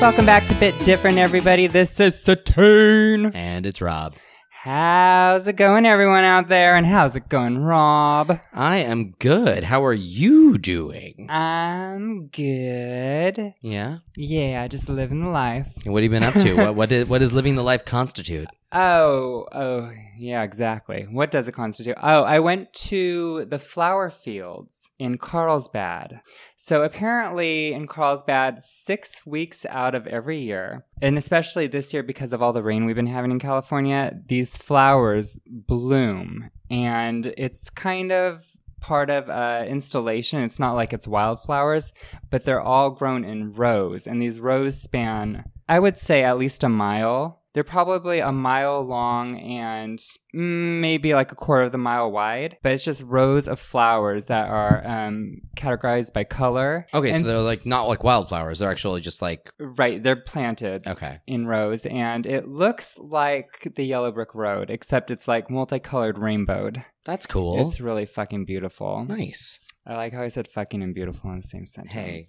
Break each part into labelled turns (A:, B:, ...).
A: Welcome back to Bit Different, everybody. This is Satine.
B: And it's Rob.
A: How's it going, everyone out there? And how's it going, Rob?
B: I am good. How are you doing?
A: I'm good.
B: Yeah.
A: Yeah, just living the life.
B: And What have you been up to? what, what, is, what does living the life constitute?
A: Oh, oh, yeah, exactly. What does it constitute? Oh, I went to the flower fields in Carlsbad. So apparently, in Carlsbad, six weeks out of every year, and especially this year because of all the rain we've been having in California, these flowers bloom. And it's kind of part of uh, installation. It's not like it's wildflowers, but they're all grown in rows. And these rows span, I would say, at least a mile. They're probably a mile long and mm, maybe like a quarter of the mile wide, but it's just rows of flowers that are um, categorized by color.
B: Okay,
A: And
B: so they're like not like wildflowers. They're actually just like,
A: right, they're planted
B: okay.
A: in rows, and it looks like the yellow brick road, except it's like multicolored rainbowed.
B: That's cool.
A: It's really fucking beautiful.
B: nice.
A: I like how I said fucking and beautiful in the same sentence.
B: Hey.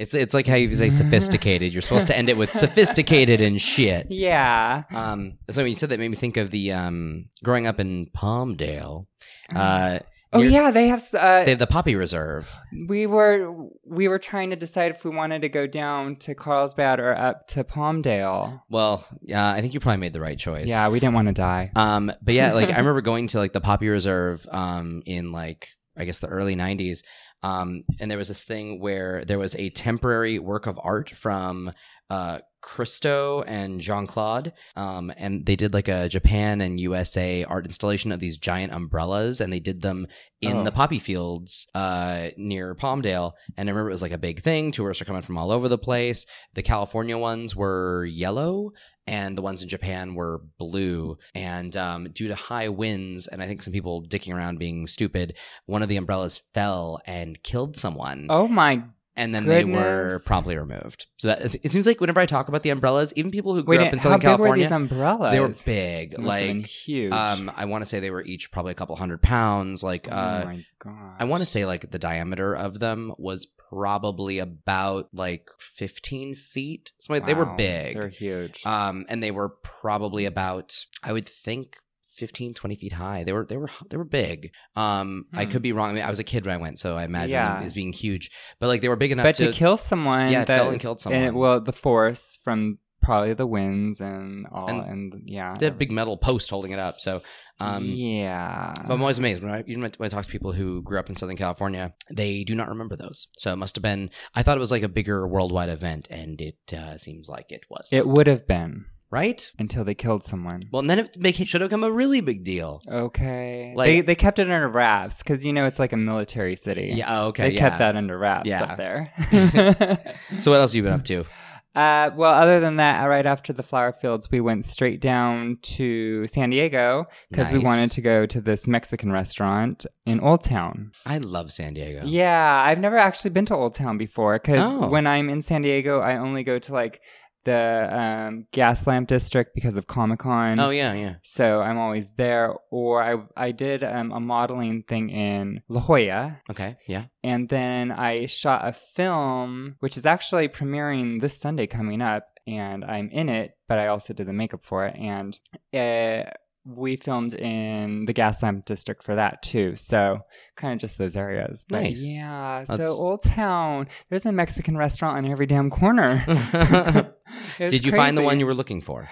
B: It's, it's like how you say sophisticated. You're supposed to end it with sophisticated and shit.
A: Yeah.
B: Um, so when you said that, it made me think of the um, growing up in Palmdale. Uh,
A: Oh
B: near-
A: yeah, they have. s- Uh,
B: They have the Poppy Reserve.
A: we were we were trying to decide if we wanted to go down to Carlsbad or up to Palmdale.
B: Well, yeah, I think you probably made the right choice.
A: Yeah, we didn't want to die.
B: Um, but yeah, like I remember going to like the Poppy Reserve um, in like I guess the early '90s, um, and there was this thing where there was a temporary work of art from uh, Christo and Jean Claude, um, and they did like a Japan and USA art installation of these giant umbrellas, and they did them in
A: Oh.
B: the poppy fields uh, near Palmdale. And I remember it was like a big thing. Tourists are coming from all over the place. The California ones were yellow, and the ones in Japan were blue. And um, due to high winds, and I think some people dicking around being stupid, one of the umbrellas fell and killed someone.
A: Oh my!
B: and then they were
A: goodness.
B: promptly removed. So that, it, it seems like whenever I talk about the umbrellas, even people who grew
A: Wait,
B: up in
A: how
B: Southern
A: big were these
B: California,
A: umbrellas?
B: they were big.
A: Must have been
B: Like,
A: huge.
B: um, I want to say they were each probably a couple hundred pounds. Like, uh,
A: oh my god!
B: I want to say like the diameter of them was probably about like 15 feet. So like, they were
A: Wow,
B: big.
A: They're huge.
B: Um, and they were probably about, I would think 15, 20 feet high. They were, they were, they were big. Um, I
A: Hmm.
B: could be wrong. I mean, I was a kid when I went, so I imagine
A: Yeah.
B: them as being huge, but like they were big enough
A: but to,
B: to,
A: kill someone,
B: yeah, it
A: that,
B: fell and killed someone.
A: and it- well, the force from probably the winds and all,
B: And
A: and, yeah,
B: they had a big metal post holding it up. So, um,
A: yeah.
B: But I'm always amazed when I, even when I talk to people who grew up in Southern California, they do not remember those. So it must have been. I thought it was like a bigger worldwide event, and it uh, seems like it was.
A: it would have been
B: right?
A: until they killed someone.
B: Well, and then it, make, it should have become a really big deal.
A: Okay.
B: Like-
A: they, they kept it under wraps because you know it's like a military city.
B: Yeah. oh, okay.
A: They
B: yeah.
A: kept that under wraps
B: Yeah.
A: up there.
B: So what else have you been up to?
A: uh, well, other than that, right after the flower fields, we went straight down to San Diego because we
B: Nice.
A: wanted to go to this Mexican restaurant in Old Town.
B: I love San Diego.
A: Yeah, I've never actually been to Old Town before because
B: Oh.
A: when I'm in San Diego, I only go to like the um, Gaslamp District because of Comic Con.
B: Oh yeah, yeah.
A: So I'm always there. Or I I did um, a modeling thing in La Jolla,
B: Okay. Yeah.
A: and then I shot a film which is actually premiering this Sunday coming up, and I'm in it, but I also did the makeup for it, and uh we filmed in the Gaslamp district for that too. So kind of just those areas. But
B: Nice.
A: Yeah.
B: That's-
A: So Old Town, there's a Mexican restaurant on every damn corner. It's
B: Did you find the
A: crazy.
B: one you were looking for?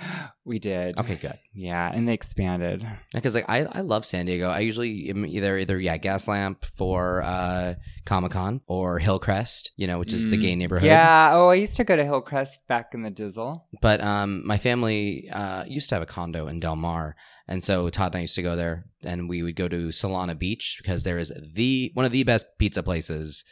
A: We did.
B: Okay, good.
A: Yeah, and they expanded.
B: Because like I, I love San Diego. I usually am either either yeah, Gaslamp for uh, Comic Con or Hillcrest, you know, which is the
A: Mm.
B: gay neighborhood.
A: Yeah. Oh, I used to go to Hillcrest back in the Dizzle.
B: But um, my family uh, used to have a condo in Del Mar, and so Todd and I used to go there, and we would go to Solana Beach because there is the one of the best pizza places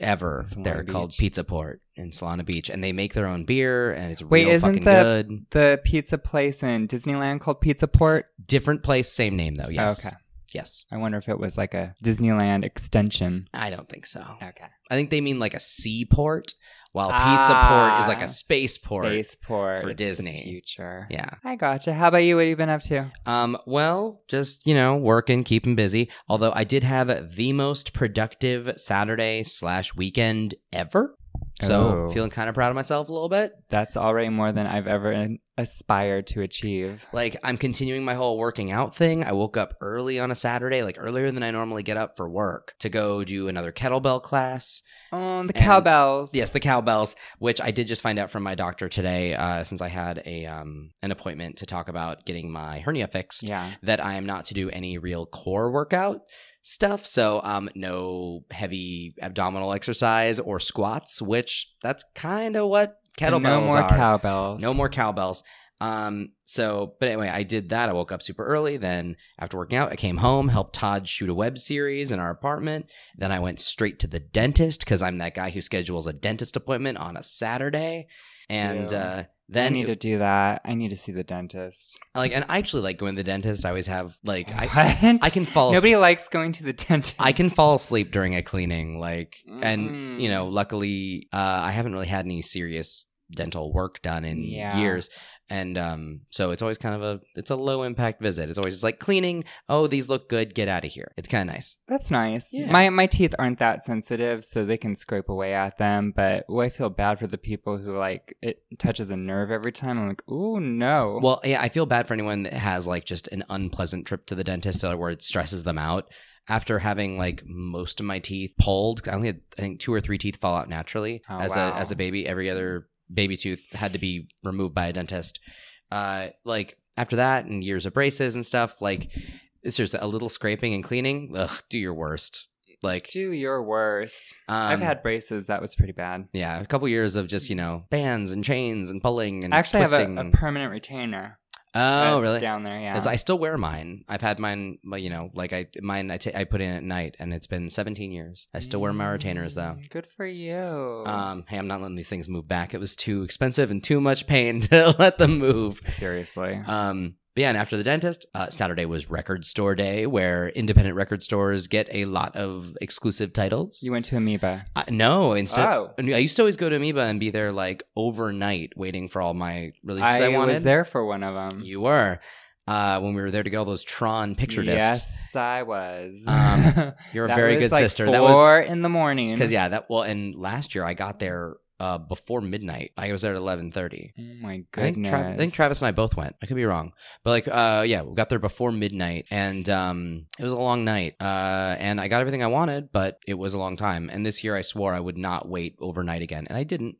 B: ever.
A: Solana
B: They're called
A: Beach.
B: Pizza Port in Solana Beach, and they make their own beer, and it's
A: Wait,
B: real
A: isn't
B: fucking
A: the-
B: good.
A: The pizza place in Disneyland called Pizza Port. Oh,
B: Different place, same name though. Yes.
A: Okay.
B: Yes.
A: I wonder if it was like a Disneyland extension.
B: I don't think so.
A: Okay.
B: I think they mean like a seaport, while pizza port is like
A: Ah,
B: a spaceport.
A: Spaceport
B: for
A: It's the
B: Disney.
A: future.
B: Yeah.
A: I gotcha. How about you? What have you been up to?
B: Um, well, just, you know, working, keeping busy. Although I did have the most productive Saturday slash weekend ever. So
A: Oh.
B: feeling kind of proud of myself a little bit.
A: That's already more than I've ever an- aspired to achieve.
B: Like I'm continuing my whole working out thing. I woke up early on a Saturday, like earlier than I normally get up for work to go do another kettlebell class.
A: Oh, the
B: And-
A: cowbells.
B: Yes, the cowbells, which I did just find out from my doctor today, uh, since I had a um, an appointment to talk about getting my hernia fixed.
A: Yeah.
B: That I am not to do any real core workout stuff, so um, no heavy abdominal exercise or squats, which that's kind of what
A: So
B: kettlebells
A: no more
B: are.
A: cowbells.
B: No more cowbells. Um, so, but anyway, I did that. I woke up super early. Then, after working out, I came home, helped Todd shoot a web series in our apartment. Then I went straight to the dentist because I'm that guy who schedules a dentist appointment on a Saturday. And
A: Ew.
B: uh,
A: I
B: then,
A: need to do that. I need to see the dentist.
B: like, and I actually like going to the dentist. I always have like I,
A: What?
B: I can fall.
A: Nobody likes going to the dentist.
B: I can fall asleep during a cleaning, like, and
A: Mm.
B: you know, luckily, uh, I haven't really had any serious dental work done in
A: Yeah.
B: years, and um, so it's always kind of a it's a low impact visit. It's always just like cleaning. Oh, these look good. Get out of here. It's kind of nice.
A: That's nice.
B: Yeah.
A: My my teeth aren't that sensitive, so they can scrape away at them. But oh, I feel bad for the people who like it touches a nerve every time. I'm like, ooh, no.
B: Well, yeah, I feel bad for anyone that has like just an unpleasant trip to the dentist uh, where it stresses them out. After having like most of my teeth pulled, I only had I think two or three teeth fall out naturally
A: Oh,
B: as
A: wow.
B: a as a baby. Every other baby tooth had to be removed by a dentist. Uh, like after that and years of braces and stuff, like it's just a little scraping and cleaning. Ugh, do your worst. Like
A: do your worst.
B: um,
A: I've had braces. That was pretty bad.
B: yeah a couple years of just you know bands and chains and pulling and
A: I actually
B: twisting.
A: have a, a permanent retainer.
B: oh
A: that's
B: really?
A: Down there, yeah.
B: Because I still wear mine. I've had mine, well, you know, like I mine I ta- I put in at night, and it's been 17 years. I still wear my retainers though.
A: Mm, Good for you.
B: Um, hey, I'm not letting these things move back. It was too expensive and too much pain to let them move.
A: Seriously.
B: Um, but yeah, and after the dentist, uh, Saturday was record store day, where independent record stores get a lot of exclusive titles.
A: you went to Amoeba.
B: uh, no, instead.
A: oh.
B: I used to always go to Amoeba and be there like overnight waiting for all my releases I,
A: I,
B: wanted.
A: was there for one of them.
B: You were uh, when we were there to get all those Tron picture discs.
A: Yes, I was.
B: Um, You're a
A: That
B: very
A: was
B: good
A: like
B: sister.
A: Four
B: That was
A: in the morning.
B: because yeah, that well, and last year I got there uh, before midnight. I was there at eleven thirty.
A: Oh my
B: I think,
A: goodness.
B: Tra- I think Travis and I both went. I could be wrong, but like, uh, yeah, we got there before midnight, and um, it was a long night. Uh, and I got everything I wanted, but it was a long time. And this year, I swore I would not wait overnight again, and I didn't.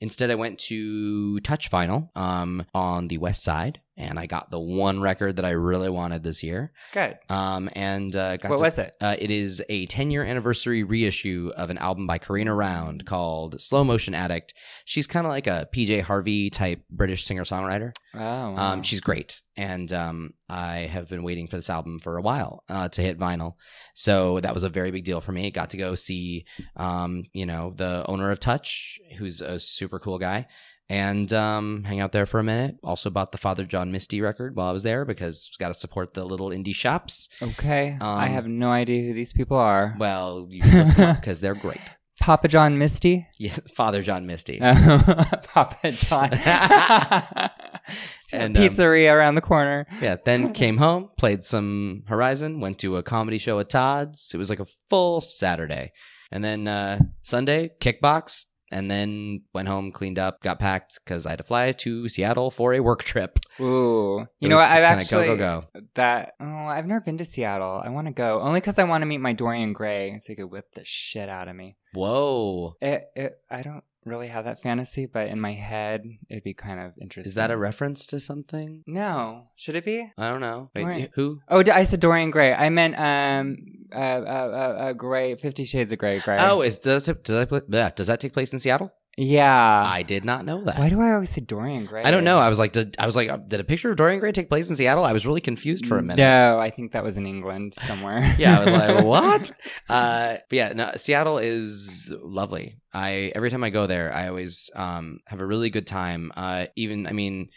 B: Instead, I went to Touch Vinyl um, on the West Side, and I got the one record that I really wanted this year.
A: Good.
B: Um, and uh, got
A: What
B: to
A: was it?
B: uh, it is a 10 year anniversary reissue of an album by Karina Round called Slow Motion Addict. She's kind of like a PJ Harvey type British singer songwriter.
A: Oh, wow.
B: Um, she's great. And um, I have been waiting for this album for a while uh, to hit vinyl. So that was a very big deal for me. Got to go see, um, you know, the owner of Touch, who's a super cool guy. And um, hang out there for a minute. Also bought the Father John Misty record while I was there because got to support the little indie shops.
A: okay. I
B: um,
A: have no idea who these people are.
B: Well, you because they're great.
A: Papa John Misty?
B: Yeah, Father John Misty.
A: Uh, Papa John. It's got a
B: And, um,
A: pizzeria around the corner.
B: yeah, then came home, played some Horizon, went to a comedy show at Todd's. It was like a full Saturday. And then uh, Sunday, kickbox, and then went home, cleaned up, got packed because I had to fly to Seattle for a work trip.
A: Ooh. You
B: It
A: know
B: was
A: what? I've
B: just kinda
A: actually.
B: go go go.
A: That. Oh, I've never been to Seattle. I want to go. Only because I want to meet my Dorian Gray so he could whip the shit out of me.
B: Whoa,
A: It, it, I don't really have that fantasy, but in my head, it'd be kind of interesting.
B: is that a reference to something?
A: No. Should it be?
B: I don't know. Wait,
A: Right.
B: who?
A: Oh, d- I said Dorian Gray. I meant um, uh, uh, uh, uh Gray, Fifty Shades of Gray. Gray.
B: Oh, is does it, does, that, bleh, does that take place in Seattle?
A: yeah.
B: I did not know that.
A: Why do I always say Dorian Gray?
B: I don't know. I was like, did, I was like, uh, did a picture of Dorian Gray take place in Seattle? I was really confused
A: Mm,
B: for a minute.
A: No, I think that was in England somewhere.
B: yeah, I was like, what? Uh, but yeah, no, Seattle is lovely. I every time I go there, I always um, have a really good time. Uh, even, I mean,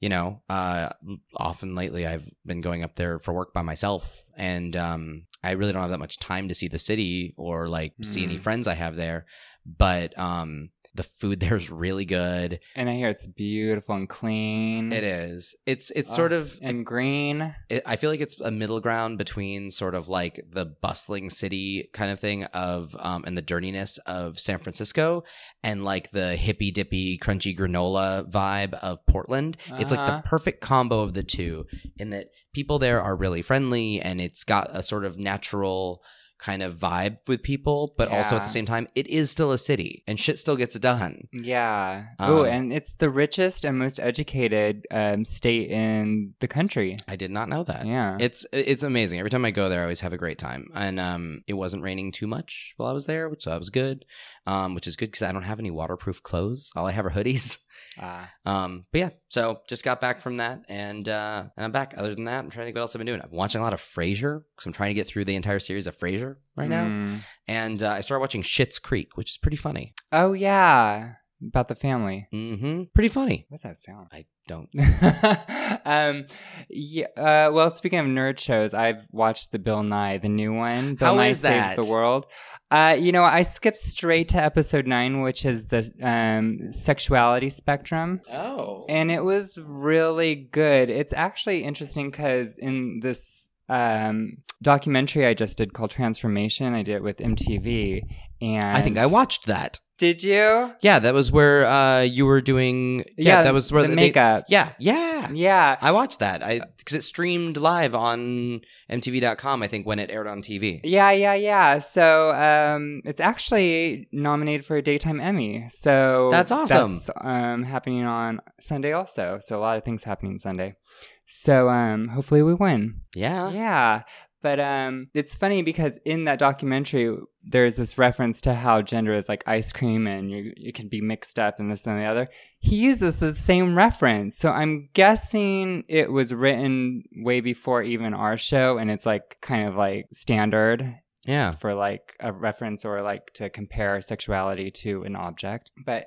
B: you know, uh, often lately I've been going up there for work by myself, and um, I really don't have that much time to see the city or like see any
A: Mm.
B: friends I have there. But um, The food there is really good.
A: And I hear it's beautiful and clean.
B: It is. It's it's sort
A: Ugh,
B: of.
A: and green.
B: It, I feel like it's a middle ground between sort of like the bustling city kind of thing of um, and the dirtiness of San Francisco and like the hippy dippy crunchy granola vibe of Portland. It's like
A: Uh-huh.
B: the perfect combo of the two in that people there are really friendly and it's got a sort of natural kind of vibe with people, but also at
A: Yeah.
B: the same time, it is still a city and shit still gets done.
A: Yeah. oh,
B: Um,
A: and it's the richest and most educated um, state in the country.
B: I did not know that.
A: Yeah.
B: It's it's amazing. Every time I go there, I always have a great time. And um, it wasn't raining too much while I was there, which so that was good. Um, which is good because I don't have any waterproof clothes. All I have are hoodies.
A: Ah.
B: Um, but yeah, so just got back from that, and uh, and I'm back. Other than that, I'm trying to think what else I've been doing. I'm watching a lot of Frasier because I'm trying to get through the entire series of Frasier right now.
A: Mm.
B: And uh, I started watching Shit's Creek, which is pretty funny.
A: Oh, yeah. About the family.
B: hmm Pretty funny.
A: What's that sound?
B: I don't.
A: um, yeah, uh, well, speaking of nerd shows, I've watched the Bill Nye, the new one. Bill
B: How
A: Nye
B: is
A: Saves
B: that?
A: the World. Uh, you know, I skipped straight to episode nine, which is the um, sexuality spectrum.
B: Oh.
A: And it was really good. It's actually interesting because in this um, documentary I just did called Transformation, I did it with MTV. And
B: I think I watched that.
A: Did you?
B: Yeah, that was where uh, you were doing. Yeah, that was where
A: the
B: they-
A: makeup.
B: yeah, yeah.
A: Yeah.
B: I watched that. I because it streamed live on MTV.com. I think when it aired on TV.
A: Yeah, yeah, yeah. So um, it's actually nominated for a daytime Emmy. So
B: That's awesome.
A: that's, um, happening on Sunday also. So a lot of things happening Sunday. So um, hopefully we win.
B: Yeah.
A: Yeah. But um, it's funny because in that documentary, there's this reference to how gender is like ice cream and you, you can be mixed up and this and the other. He uses the same reference. So I'm guessing it was written way before even our show and it's like kind of like standard
B: Yeah.
A: for like a reference or like to compare sexuality to an object. But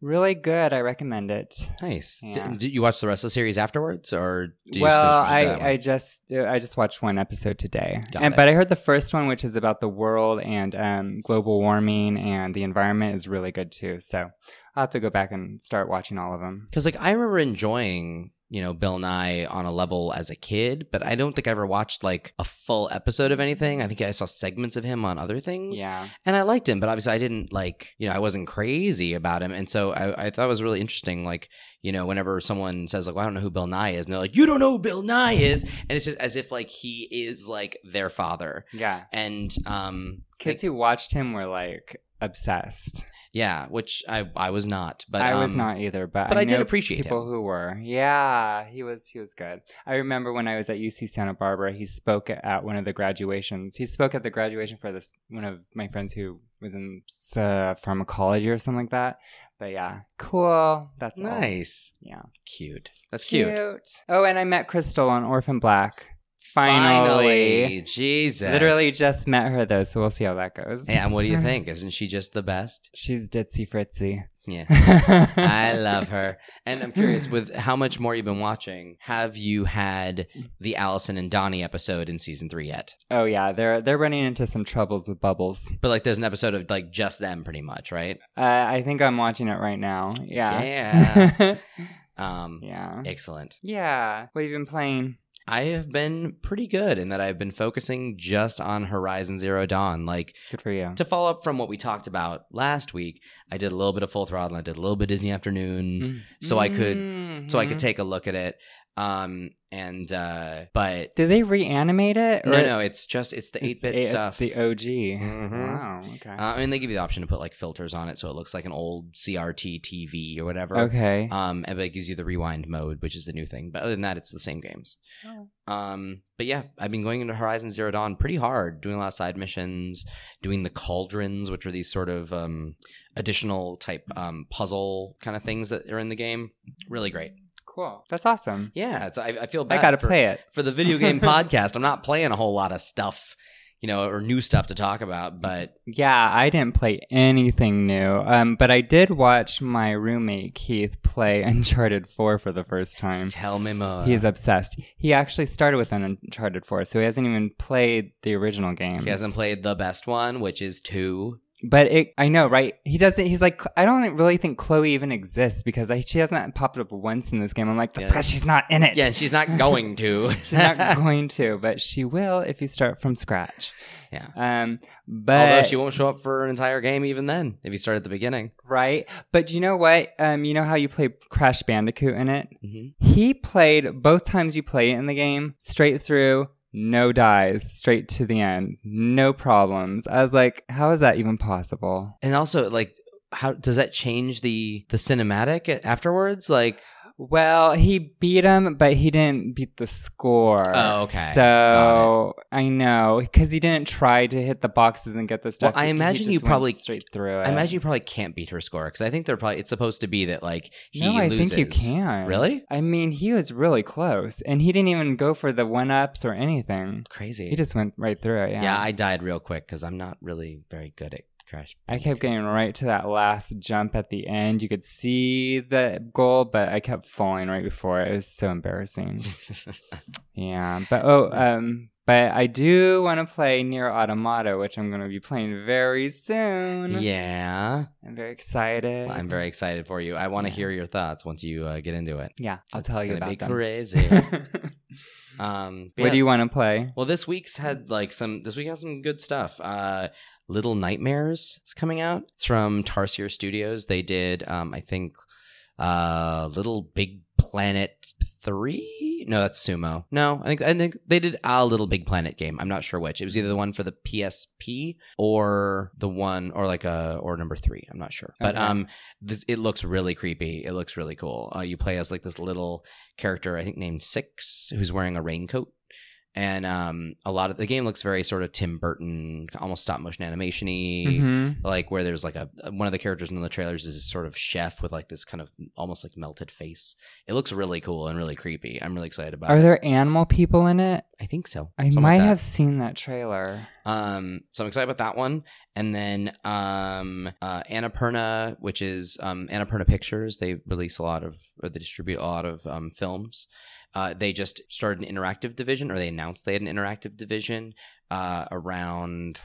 A: really good. I recommend it.
B: Nice. D-
A: Yeah.
B: Did, you watch the rest of the series afterwards, or do you
A: well,
B: just go through that
A: I, I
B: one?
A: just uh, I just watched one episode today,
B: Got
A: and,
B: it.
A: but I heard the first one, which is about the world and um, global warming and the environment, is really good too. So I'll have to go back and start watching all of them.
B: because like I remember enjoying you know Bill Nye on a level as a kid, but I don't think I ever watched like a full episode of anything. I think I saw segments of him on other things.
A: Yeah,
B: and I liked him, but obviously I didn't like, you know, I wasn't crazy about him. And so I, I thought it was really interesting. Like, you know, whenever someone says, like, well, I don't know who Bill Nye is, and they're like, you don't know who Bill Nye is. And it's just as if like he is like their father.
A: yeah.
B: And, um,
A: Kids
B: like-
A: who watched him were like obsessed.
B: yeah, which I, I was not, but
A: I was
B: um,
A: not either, but
B: but I did
A: know
B: appreciate
A: people
B: him.
A: who were. Yeah, he was he was good. I remember when I was at UC Santa Barbara, he spoke at one of the graduations. He spoke at the graduation for this one of my friends who was in uh, pharmacology or something like that. But yeah, cool. That's all.
B: Nice.
A: Yeah.
B: Cute. That's cute.
A: Oh, and I met Crystal on Orphan Black. Finally.
B: Finally. Jesus.
A: Literally just met her though, so we'll see how that goes.
B: Yeah, and what do you think? Isn't she just the best?
A: She's ditzy fritzy.
B: Yeah. I
A: I
B: love her. And I'm curious with how much more you've been watching, have you had the Allison and Donnie episode in season three yet?
A: Oh yeah, they're they're running into some troubles with bubbles.
B: But like there's an episode of like just them pretty much, right?
A: Uh, I think I'm watching it right now. Yeah.
B: Yeah.
A: Yeah.
B: um
A: yeah.
B: excellent.
A: What have you been playing?
B: I have been pretty good in that I've been focusing just on Horizon Zero Dawn. Like
A: Good for you.
B: to follow up from what we talked about last week, I did a little bit of full throttle, I did a little bit of Disney afternoon. So I could-
A: Mm-hmm.
B: So I could take a look at it. Um and uh but
A: Did they reanimate it?
B: no no, it's just it's the
A: It's-
B: eight bit
A: it's
B: stuff.
A: the OG.
B: Mhm.
A: Wow. Okay.
B: Uh, I mean, they give you the option to put like filters on it, so it looks like an old CRT TV or whatever.
A: okay.
B: Um, and but it gives you the rewind mode, which is the new thing. But other than that, it's the same games.
A: Oh.
B: Um, but yeah, I've been going into Horizon Zero Dawn pretty hard, doing a lot of side missions, doing the cauldrons, which are these sort of um, additional type um, puzzle kind of things that are in the game. Really great.
A: cool. That's awesome.
B: Yeah, it's, I, I feel bad.
A: I gotta
B: for-
A: play it.
B: for the video game podcast. I'm not playing a whole lot of stuff, you know, or new stuff to talk about, but
A: Yeah, I didn't play anything new. Um, but I did watch my roommate Keith play Uncharted 4 for the first time.
B: tell me more.
A: He's obsessed. He actually started with Uncharted 4, so he hasn't even played the original game.
B: He hasn't played the best one, which is two.
A: But it, I know, right? He doesn't. He's like, I don't really think Chloe even exists because I, she hasn't popped up once in this game. I'm like, that's
B: Yeah.
A: because she's not in it.
B: Yeah, and she's not going to.
A: she's not going to, but she will if you start from scratch.
B: Yeah.
A: Um,
B: Although
A: but
B: she won't show up for an entire game even then, if you start at the beginning.
A: right. But you know what? Um, you know how you play Crash Bandicoot in it?
B: Mm-hmm.
A: He played both times you play it in the game straight through, no dies, straight to the end, no problems. I was like, how is that even possible?
B: And also, like, how does that change the the cinematic a- afterwards? Like,
A: Well, he beat him, but he didn't beat the score.
B: Oh, okay.
A: So I know because he didn't try to hit the boxes and get the stuff.
B: Well, I
A: He- he
B: imagine you
A: just went
B: probably-
A: straight through it.
B: I imagine you probably can't beat her score because I think they're probably it's supposed to be that like he
A: no, I
B: loses.
A: think you can.
B: Really?
A: I mean, he was really close, and he didn't even go for the one ups or anything.
B: Crazy.
A: He just went right through it.
B: yeah.
A: Yeah.
B: I died real quick because I'm not really very good at Crash.
A: I kept getting right to that last jump at the end. You could see the goal, but I kept falling right before it. It was so embarrassing. yeah, but oh, um, but I do want to play Near Automata, which I'm going to be playing very soon.
B: yeah,
A: I'm very excited.
B: Well, I'm very excited for you. I want to
A: Yeah.
B: hear your thoughts once you uh, get into it.
A: yeah. I'll
B: It's
A: tell you
B: gonna be
A: about them.
B: crazy. um, but
A: What
B: yeah.
A: do you want to play?
B: Well, this week's had like some. This week has some good stuff. Uh, Little Nightmares is coming out. It's from Tarsier Studios. They did, um, I think, uh, Little Big Planet three. No, that's Sumo. No, I think I think they did a Little Big Planet game. I'm not sure which. It was either the one for the PSP or the one or like a or number three. I'm not sure. But
A: Okay.
B: um, this it looks really creepy. It looks really cool. Uh, you play as like this little character, I think named Six, who's wearing a raincoat and um, a lot of the game looks very sort of Tim Burton, almost stop motion animation y,
A: Mhm.
B: like where there's like a one of the characters in the trailers is this sort of chef with like this kind of almost like melted face. It looks really cool and really creepy. I'm really excited about
A: Are
B: it.
A: there animal people in it?
B: I think so.
A: I
B: Something like
A: might
B: that.
A: have seen that trailer.
B: Um, so I'm excited about that one. And then um, uh, Annapurna, which is um, Annapurna Pictures, they release a lot of, or they distribute a lot of um, films. Uh, they just started an interactive division, or they announced they had an interactive division uh, around,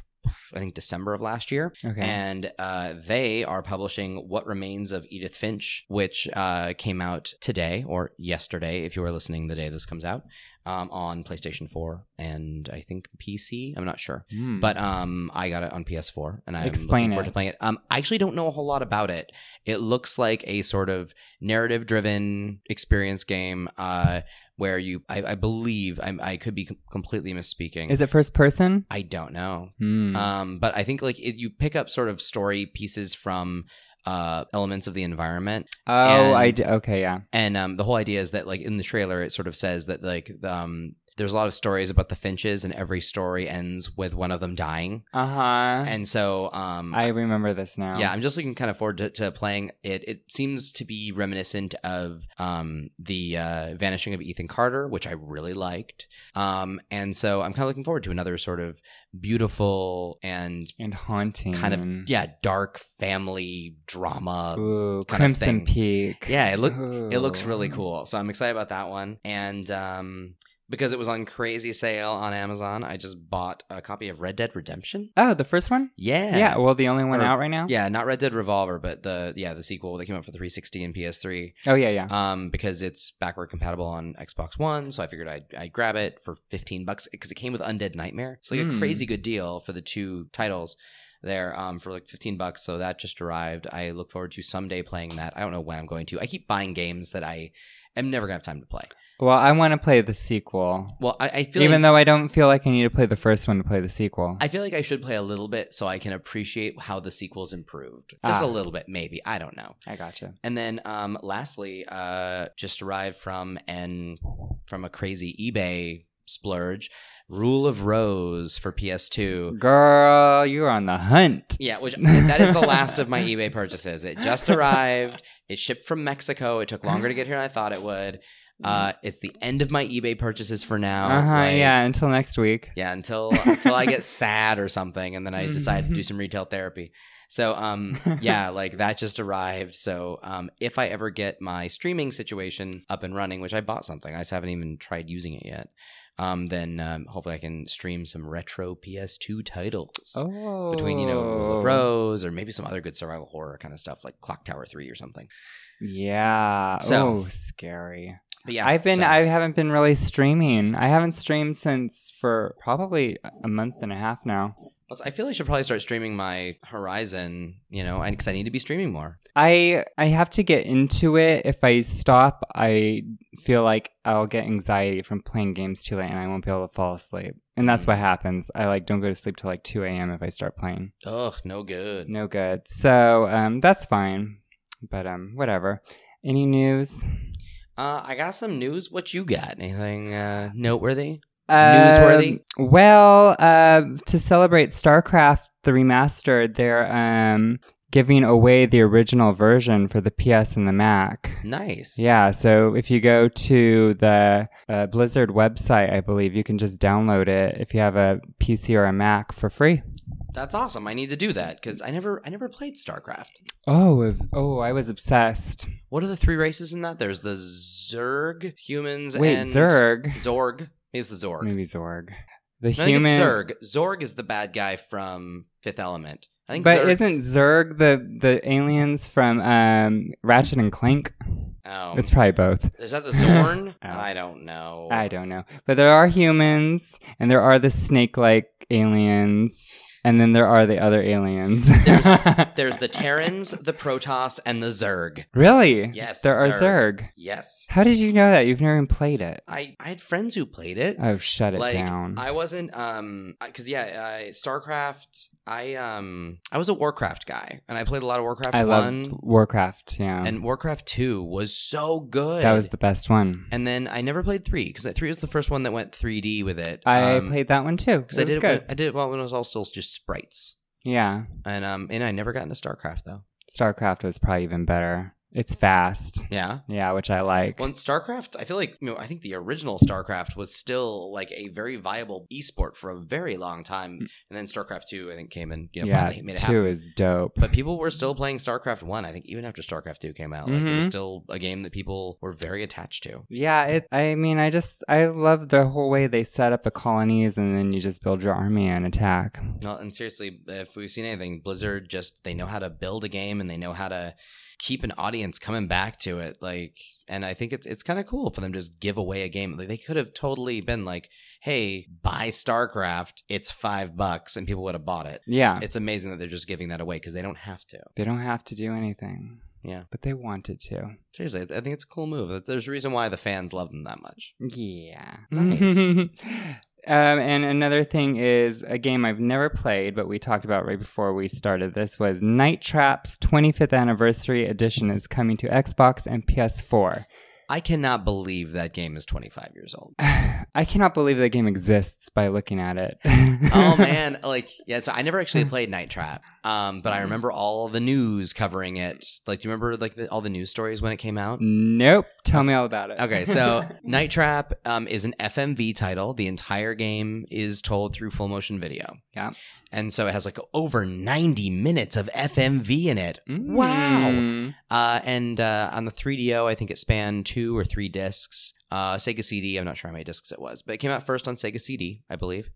B: I think, December of last year.
A: Okay.
B: And uh, they are publishing What Remains of Edith Finch, which uh, came out today or yesterday, if you are listening the day this comes out, um, on PlayStation 4 and I think PC. I'm not sure.
A: Hmm.
B: But um, I got it on PS4, and I'm
A: Explain
B: looking forward
A: it.
B: to playing it. Um, I actually don't know a whole lot about it. It looks like a sort of narrative-driven experience game, uh, where you, I, I believe, I, I could be com- completely misspeaking.
A: is it first person?
B: I don't know.
A: Hmm.
B: Um, but I think like it, you pick up sort of story pieces from uh, elements of the environment,
A: oh, I
B: and-
A: d- okay, yeah.
B: and um, the whole idea is that like in the trailer, it sort of says that like um, there's a lot of stories about the finches, and every story ends with one of them dying.
A: Uh huh.
B: And so, um,
A: I remember this now.
B: yeah, I'm just looking kind of forward to, to playing it. It seems to be reminiscent of um, the uh, Vanishing of Ethan Carter, which I really liked. Um, and so I'm kind of looking forward to another sort of beautiful and
A: and haunting.
B: kind of yeah dark family drama
A: Mm-hmm. Ooh,
B: kind of
A: Crimson
B: thing.
A: Peak.
B: yeah it look it looks
A: Ooh.
B: really cool so i'm excited about that one and um because it was on crazy sale on amazon i just bought a copy of red dead redemption
A: Oh, the first one?
B: yeah
A: Yeah. well, the only one
B: Or-
A: out right now?
B: yeah not red dead revolver but the yeah the sequel that came out for 360 and ps3
A: Oh, yeah, yeah.
B: um because it's backward compatible on xbox one so i figured i'd, I'd grab it for 15 bucks because it came with undead nightmare so like
A: Hmm.
B: a crazy good deal for the two titles there um for like 15 bucks so that just arrived i look forward to someday playing that i don't know when i'm going to i keep buying games that i am never gonna have time to play
A: well, I want to play the sequel.
B: well i, I feel
A: Even
B: like,
A: though I don't feel like I need to play the first one to play the sequel.
B: i feel like i should play a little bit so i can appreciate how the sequel's improved just
A: Ah.
B: a little bit maybe i don't know
A: I gotcha.
B: And then um, lastly, uh, just arrived from an from a crazy eBay splurge, Rule of Rose for PS2.
A: Girl, you're on the hunt.
B: Yeah, which that is the last of my eBay purchases. It just arrived. It shipped from Mexico. It took longer to get here than I thought it would. Uh, it's the end of my eBay purchases for now.
A: uh huh,
B: Like,
A: yeah, until next week.
B: yeah, until until I get sad or something, and then I decide to do
A: Mhm.
B: some retail therapy. So, um, yeah, like that just arrived. So, um, if I ever get my streaming situation up and running, which I bought something, I just haven't even tried using it yet. um, then um, hopefully I can stream some retro PS2 titles
A: Oh.
B: between you know Rule of Rose or maybe some other good survival horror kind of stuff like Clock Tower Three or something.
A: Oh, Yeah.
B: So-
A: oh, scary.
B: But yeah,
A: I've been
B: so-
A: I haven't been really streaming. I haven't streamed since for probably a month and a half now.
B: Also, I feel I should probably start streaming my Horizon, you know, because I need to be streaming more.
A: I I have to get into it. If I stop, I feel like I'll get anxiety from playing games too late, and I won't be able to fall asleep. And
B: Mm-hmm.
A: that's what happens. I like don't go to sleep till like two a.m. if I start playing.
B: Ugh, no good.
A: No good. So um, that's fine. But um, whatever. Any news?
B: Uh, I got some news. What you got? Anything uh, noteworthy?
A: Um,
B: Newsworthy?
A: well, uh, to celebrate StarCraft the remastered, they're um giving away the original version for the PS and the Mac.
B: Nice.
A: Yeah, so if you go to the uh, Blizzard website, I believe you can just download it if you have a PC or a Mac for free.
B: that's awesome. I need to do that because I never, I never played StarCraft.
A: Oh, if- oh, I was obsessed.
B: What are the three races in that? There's the Zerg humans.
A: Wait,
B: and
A: Zerg.
B: Zorg. Maybe it's the Zorg.
A: Maybe Zorg. The
B: No, I think
A: human.
B: it's Zerg. Zorg is the bad guy from Fifth Element. I think.
A: But
B: Zerg-
A: isn't Zerg the the aliens from um, Ratchet and Clank?
B: oh.
A: It's probably both.
B: is that the Zorn?
A: Oh.
B: I don't know.
A: I don't know. But there are humans, and there are the snake-like aliens, and then there are the other aliens.
B: There's the Terrans, the Protoss, and the Zerg.
A: really?
B: Yes,
A: There are
B: Zerg.
A: Zerg.
B: Yes.
A: How did you know that? You've never even played it.
B: I, I had friends who played it.
A: Oh, shut it
B: like
A: down.
B: I wasn't um because yeah, I, StarCraft. I um I was a Warcraft guy, and I played a lot of Warcraft
A: I
B: one
A: loved Warcraft. Yeah,
B: and Warcraft two was so good.
A: that was the best one.
B: and then I never played three because three was the first one that went 3D with it.
A: I played that one too.
B: because
A: it
B: um, I
A: was
B: did it
A: good.
B: when, I did it well when it was all still just sprites,
A: yeah,
B: and um and I never got into StarCraft though.
A: StarCraft was probably even better. It's fast.
B: Yeah.
A: Yeah, which I like.
B: Well, in StarCraft, I feel like you know, I think the original StarCraft was still like a very viable esport for a very long time, and then StarCraft Two, I think, came and you know,
A: Mm. yeah,
B: finally made it happen.
A: two is dope.
B: But people were still playing StarCraft One. I think even after StarCraft Two came out, like it was
A: Mhm.
B: still a game that people were very attached to.
A: Yeah, it. I mean, I just I love the whole way they set up the colonies, and then you just build your army and attack.
B: No, and seriously, if we've seen anything, Blizzard just they know how to build a game and they know how to keep an audience coming back to it. Like, and I think it's it's kind of cool for them to just give away a game. Like, they could have totally been like, "Hey, buy StarCraft. It's five bucks," and people would have bought it.
A: Yeah,
B: It's amazing that they're just giving that away because they don't have to.
A: they don't have to do anything.
B: Yeah.
A: but they wanted to.
B: Seriously, I think it's a cool move. There's a reason why the fans love them that much.
A: Yeah.
B: Nice.
A: um, and another thing is a game I've never played, but we talked about right before we started this was Night Trap's 25th Anniversary Edition is coming to Xbox and PS4.
B: I cannot believe that game is 25 years old.
A: I cannot believe that game exists by looking at it.
B: oh man, like yeah. So I never actually played Night Trap, um, but I remember all the news covering it. Like, do you remember like the, all the news stories when it came
A: Mm.
B: out?
A: Nope. Tell me all about it.
B: Okay, so Night Trap um, is an FMV title. The entire game is told through full motion video.
A: Yeah.
B: and so it has like over ninety minutes of FMV in it. Wow.
A: Mm.
B: Uh, and uh, on the 3DO, I think it spanned two or three discs. Uh, Sega CD, I'm not sure how many discs it was, but it came out first on Sega CD, I believe.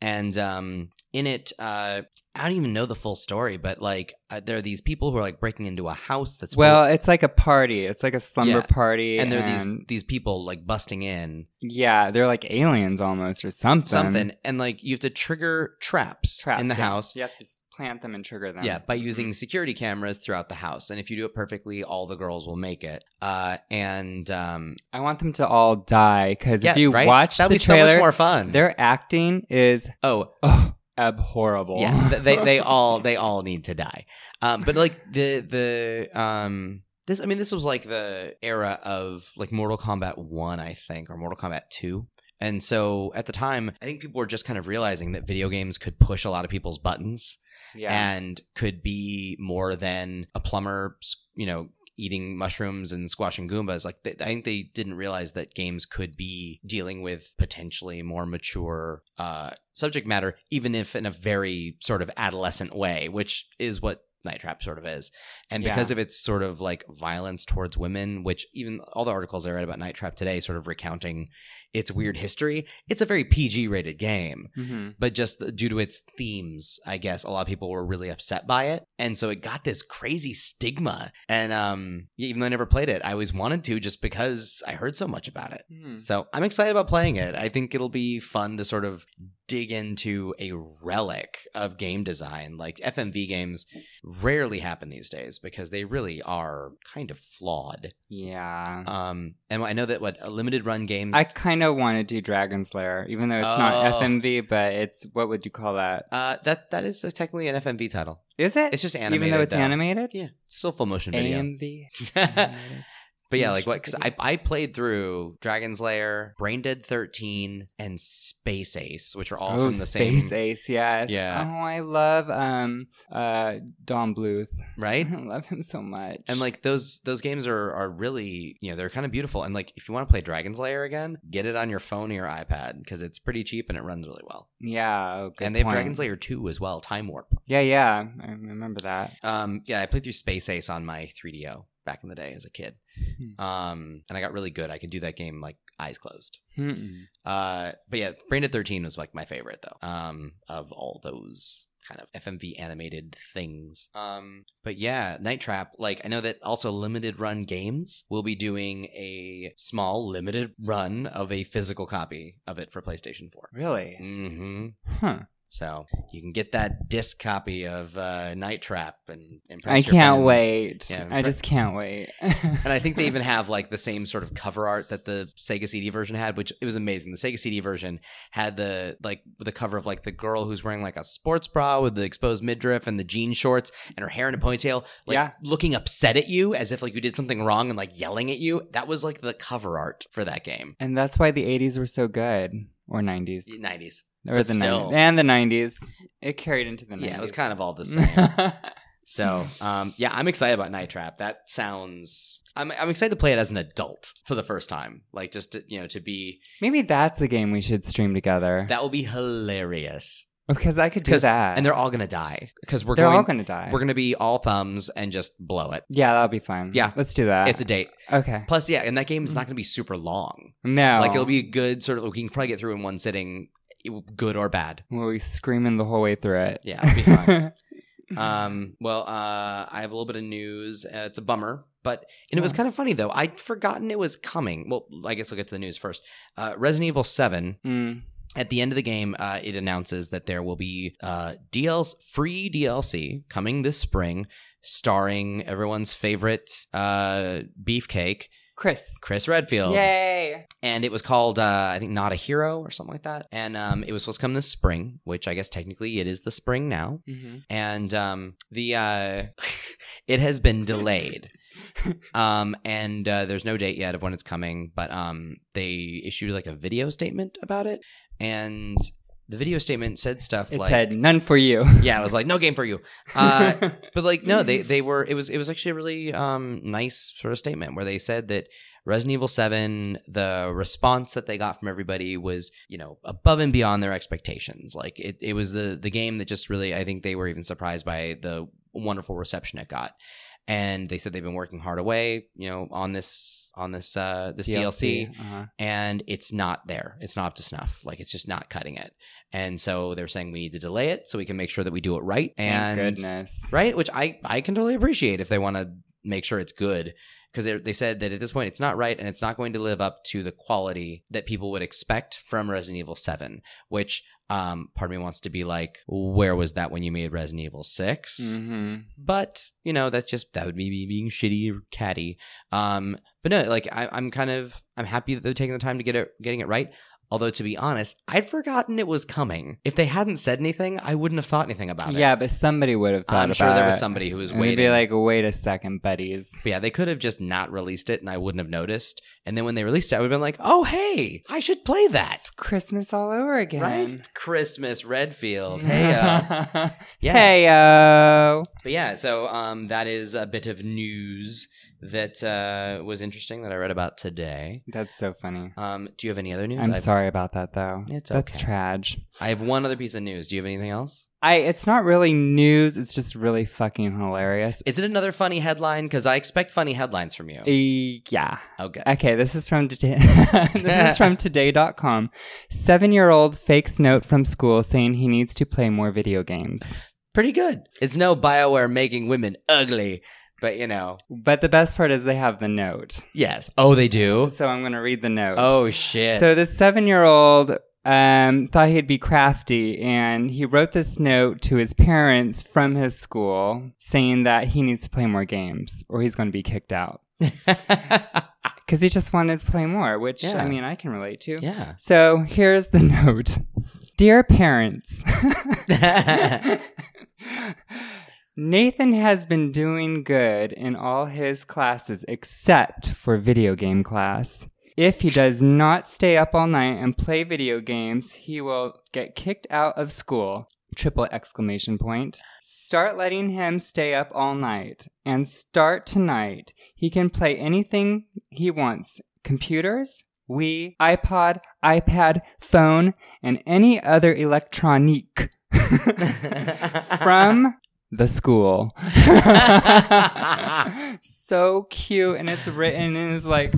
B: And um, in it, uh, I don't even know the full story, but like uh, there are these people who are like breaking into a house that's
A: Well, it's like a party. It's like a slumber
B: Yeah.
A: party.
B: and there are these these people like busting in
A: Yeah, they're like aliens almost or something.
B: something, and like you have to trigger traps,
A: Traps
B: in the
A: yeah.
B: house.
A: You have to s- plant them and trigger them.
B: Yeah, by using security cameras throughout the house, and if you do it perfectly, all the girls will make it. Uh, and um,
A: I want them to all die because
B: yeah,
A: if you
B: right?
A: watch
B: that'd
A: the
B: be
A: trailer,
B: so much more fun.
A: their acting is
B: Oh
A: oh, abhorrible.
B: yeah, th- they they all they all need to die. Um, but like the the um this I mean this was like the era of like Mortal Kombat one I think or Mortal Kombat two. And so at the time, I think people were just kind of realizing that video games could push a lot of people's buttons
A: yeah.
B: and could be more than a plumber, you know, eating mushrooms and squashing goombas. Like they, I think they didn't realize that games could be dealing with potentially more mature uh, subject matter, even if in a very sort of adolescent way, which is what Night Trap sort of is. And
A: Yeah.
B: because of its sort of like violence towards women, which even all the articles I read about Night Trap today sort of recounting its weird history, it's a very PG rated game.
A: Mm-hmm.
B: But just the- due to its themes, I guess a lot of people were really upset by it. And so it got this crazy stigma. And um, yeah, even though I never played it, I always wanted to just because I heard so much about it.
A: Mm-hmm.
B: So I'm excited about playing it. I think it'll be fun to sort of dig into a relic of game design. Like FMV games rarely happen these days because they really are kind of flawed.
A: Yeah.
B: Um, and I know that what limited run games.
A: Mm-hmm. I kind of want to do Dragon Slayer, even though it's
B: Oh.
A: not FMV, but it's what would you call that?
B: uh, that that is technically an FMV title.
A: Is it?
B: It's just animated.
A: even though it's
B: though.
A: animated.
B: Yeah, it's still full motion video.
A: AMV.
B: but
A: Animated.
B: yeah, like what? Because I, I played through Dragon's Lair, Brain Dead 13, and Space Ace, which are all
A: oh,
B: from the
A: Space
B: same.
A: Ace, yes.
B: Yeah.
A: Oh, I love um uh Don Bluth.
B: Right?
A: I love him so much.
B: And like those those games are are really you know they're kind of beautiful and like if you want to play Dragon's Lair again get it on your phone or your iPad because it's pretty cheap and it runs really well
A: yeah, oh, good
B: and they have
A: point.
B: Dragon's Lair two as well Time Warp
A: Yeah, yeah, I remember that.
B: um yeah I played through Space Ace on my 3DO back in the day as a kid
A: Hmm.
B: um and I got really good I could do that game like eyes closed
A: Mm-mm.
B: Uh, but yeah, Brain Dead 13 was like my favorite though. Um, of all those kind of FMV animated things. Um, but yeah, Night Trap. Like I know that also limited run games will be doing a small limited run of a physical copy of it for PlayStation 4.
A: Really?
B: Mm-hmm.
A: Huh.
B: So you can get that disc copy of uh, Night Trap and impress
A: I
B: your
A: can't
B: friends.
A: wait.
B: Yeah,
A: I
B: pre-
A: just can't wait.
B: And I think they even have like the same sort of cover art that the Sega CD version had, which it was amazing. The Sega CD version had the like the cover of like the girl who's wearing like a sports bra with the exposed midriff and the jean shorts and her hair in a ponytail, like
A: Yeah.
B: looking upset at you as if like you did something wrong and like yelling at you. That was like the cover art for that game.
A: and that's why the 80s were so good. Or 90s.
B: Nineties,
A: Or
B: but
A: the
B: still.
A: 90s. And the 90s. It carried into the 90s.
B: yeah, it was kind of all the same. so, um, yeah, I'm excited about Night Trap. That sounds. I'm, I'm excited to play it as an adult for the first time, like just to, you know to be
A: Maybe that's a game we should stream together.
B: That will be hilarious.
A: because I could do
B: 'Cause-
A: that.
B: And they're all gonna die because we're
A: They're
B: going.
A: all going to die.
B: we're gonna be all thumbs and just blow it.
A: yeah, that'll be fun.
B: Yeah.
A: Let's do that.
B: It's a date.
A: okay.
B: Plus, yeah, and that game is not gonna be super long.
A: No.
B: Like it'll be a good sort of. We can probably get through in one sitting, it- good or bad.
A: We'll be screaming the whole way through it.
B: Yeah, it'll be fun. um, well, uh, I have a little bit of news. Uh, it's a bummer, but and it was
A: Yeah.
B: kind of funny though. I'd forgotten it was coming. Well, I guess we'll get to the news first. Uh, Resident Evil Seven
A: Mm.
B: At the end of the game, uh, it announces that there will be uh, DLC, free DLC coming this spring, starring everyone's favorite uh, beefcake,
A: Chris.
B: Chris Redfield.
A: Yay.
B: And it was called, uh, I think, Not a Hero or something like that. And um, it was supposed to come this spring, which I guess technically it is the spring now.
A: Mm-hmm.
B: And um, the uh, it has been delayed. um, and uh, there's no date yet of when it's coming, but um, they issued like a video statement about it, and the video statement said stuff
A: It
B: like,
A: said, none for you.
B: "Yeah, it was like no game for you." Uh, but like, no, they
A: Mm.
B: they were. It was it was actually a really um, nice sort of statement where they said that. Resident Evil 7, the response that they got from everybody was, you know, above and beyond their expectations. Like it, it was the the game that just really I think they were even surprised by the wonderful reception it got and they said they've been working hard away, you know, on this on this uh this DLC.
A: Uh-huh.
B: and it's not there. It's not up to snuff. Like it's just not cutting it. And so they're saying we need to delay it so we can make sure that we do it right.
A: Thank
B: And
A: goodness.
B: right, which I I can totally appreciate if they want to make sure it's good because they, they said that at this point it's not right and it's not going to live up to the quality that people would expect from Resident Evil 7 which um part of me wants to be like where was that when you made Resident Evil 6
A: Mm-hmm.
B: but you know that's just that would be me being shitty or catty um but no like I, i'm kind of i'm happy that they're taking the time to get it getting it right although to be honest i'd forgotten it was coming if they hadn't said anything i wouldn't have thought anything about it
A: Yeah, but somebody would have thought
B: i'm sure there was
A: somebody
B: somebody who was
A: and they'd
B: waiting
A: be like, wait a second, buddies.
B: but yeah they could have just not released it and i wouldn't have noticed and then when they released it i would have been like oh hey i should play that
A: Christmas all over again.
B: right christmas redfield hey uh, yeah
A: Hey, yo.
B: But yeah, so um, that is a bit of news that uh, was interesting that I read about today.
A: That's so funny.
B: Um, do you have any other news?
A: I'm
B: I've-
A: sorry sorry about that, though.
B: It's
A: That's
B: okay.
A: trage.
B: I have one other piece of news. Do you have anything else?
A: I. It's not really news. It's just really fucking hilarious.
B: Is it another funny headline? Because I expect funny headlines from you.
A: E- yeah.
B: Okay.
A: Okay, this is from today. this is from today.com. Seven year old fakes note from school saying he needs to play more video games.
B: Pretty good. It's no Bioware making women ugly, but you know,
A: But the best part is they have the note.
B: yes. Oh, they do?
A: So I'm going to read the note.
B: Oh, shit.
A: So this seven year old um, thought he'd be crafty and he wrote this note to his parents from his school saying that he needs to play more games or he's going to be kicked out. Because he just wanted to play more, which
B: Yeah.
A: I mean, I can relate to.
B: yeah.
A: So here's the note Dear parents, Nathan has been doing good in all his classes except for video game class. If he does not stay up all night and play video games, he will get kicked out of school. Triple exclamation point. Start letting him stay up all night and start tonight. He can play anything he wants computers, Wii, iPod, iPad, phone, and any other electronique from the school. so cute, and it's written in his like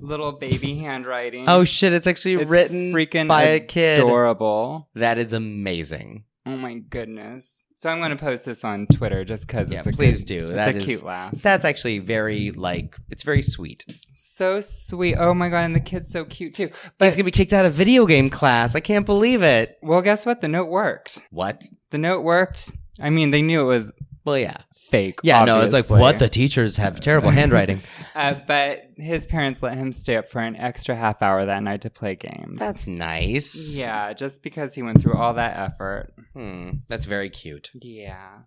A: little baby handwriting.
B: oh, shit. It's actually
A: It's
B: written
A: freaking
B: by a kid.
A: adorable.
B: That is amazing.
A: Oh my goodness. So I'm gonna post this on Twitter just because
B: Yeah,
A: it's a
B: please
A: cute-
B: do.
A: It's
B: That
A: a
B: is-
A: cute laugh.
B: That's actually very, like, it's very sweet.
A: So sweet. Oh my god, and the kid's so cute too.
B: But he's going to be kicked out of video game class. I can't believe it.
A: Well, guess what? The note worked.
B: What?
A: The note worked. I mean, they knew it was
B: Well, yeah.
A: fake.
B: Yeah, no, it's like,
A: obviously.
B: what? The teachers have terrible handwriting.
A: Uh, but his parents let him stay up for an extra half hour that night to play games.
B: That's nice.
A: yeah, just because he went through all that effort.
B: Hmm, that's very cute.
A: Yeah,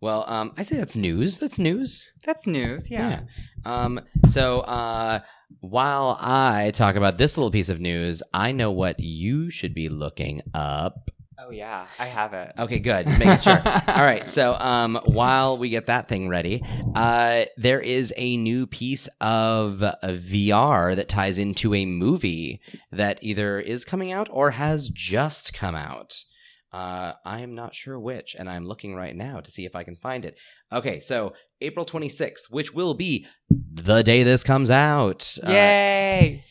B: Well, um, I say that's news. That's news.
A: that's news. Yeah,
B: Um, so uh, while I talk about this little piece of news, I know what you should be looking up.
A: oh yeah, I have it.
B: Okay, good. Just making sure. All right. So um, while we get that thing ready, uh, there is a new piece of uh, VR that ties into a movie that either is coming out or has just come out. Uh, I am not sure which, and I'm looking right now to see if I can find it. Okay, so April 26th, which will be the day this comes out. uh,
A: Yay!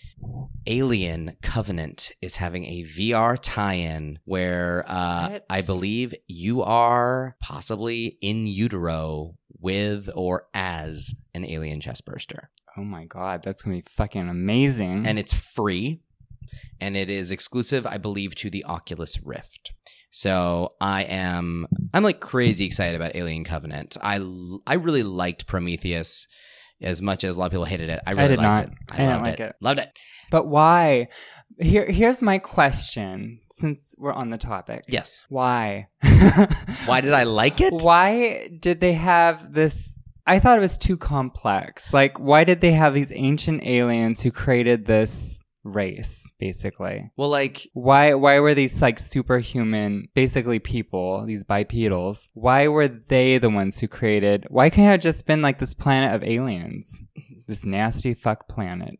B: Alien Covenant is having a VR tie-in where uh,
A: What?
B: I believe you are possibly in utero with or as an alien chestburster,
A: oh my god, that's gonna be fucking amazing.
B: and it's free, and it is exclusive, I believe, to the Oculus Rift. So I am I'm like crazy excited about Alien Covenant. I l- I really liked Prometheus. As much as a lot of people hated it, I really
A: did
B: liked
A: not.
B: it.
A: I didn't
B: loved
A: like it.
B: Loved it.
A: but why? Here, here's my question. Since we're on the topic,
B: Yes.
A: why?
B: Why did I like it?
A: Why did they have this? I thought it was too complex. Like, why did they have these ancient aliens who created this race, basically?
B: Well, like
A: Why why were these like superhuman basically people, these bipedals? Why were they the ones who created why couldn't it have just been like this planet of aliens? This nasty fuck planet.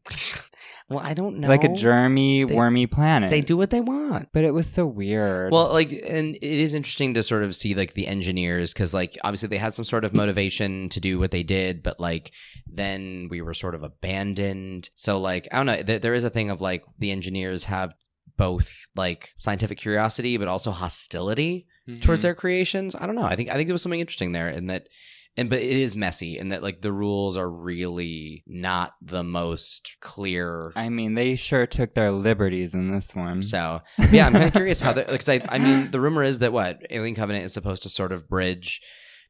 B: Well, I don't know.
A: Like a germy,
B: They-
A: wormy planet.
B: They do what they want.
A: But it was so weird.
B: Well, like, and it is interesting to sort of see like the engineers because, like, obviously they had some sort of motivation to do what they did, but like, then we were sort of abandoned. So, like, I don't know. There, there is a thing of like the engineers have both like scientific curiosity, but also hostility
A: Mhm.
B: towards their creations. I don't know. I think I think there was something interesting there in that and but it is messy in that like the rules are really not the most clear.
A: I mean, they sure took their liberties in this one.
B: So yeah, I'm kind of curious how that because I, I mean the rumor is that what Alien Covenant is supposed to sort of bridge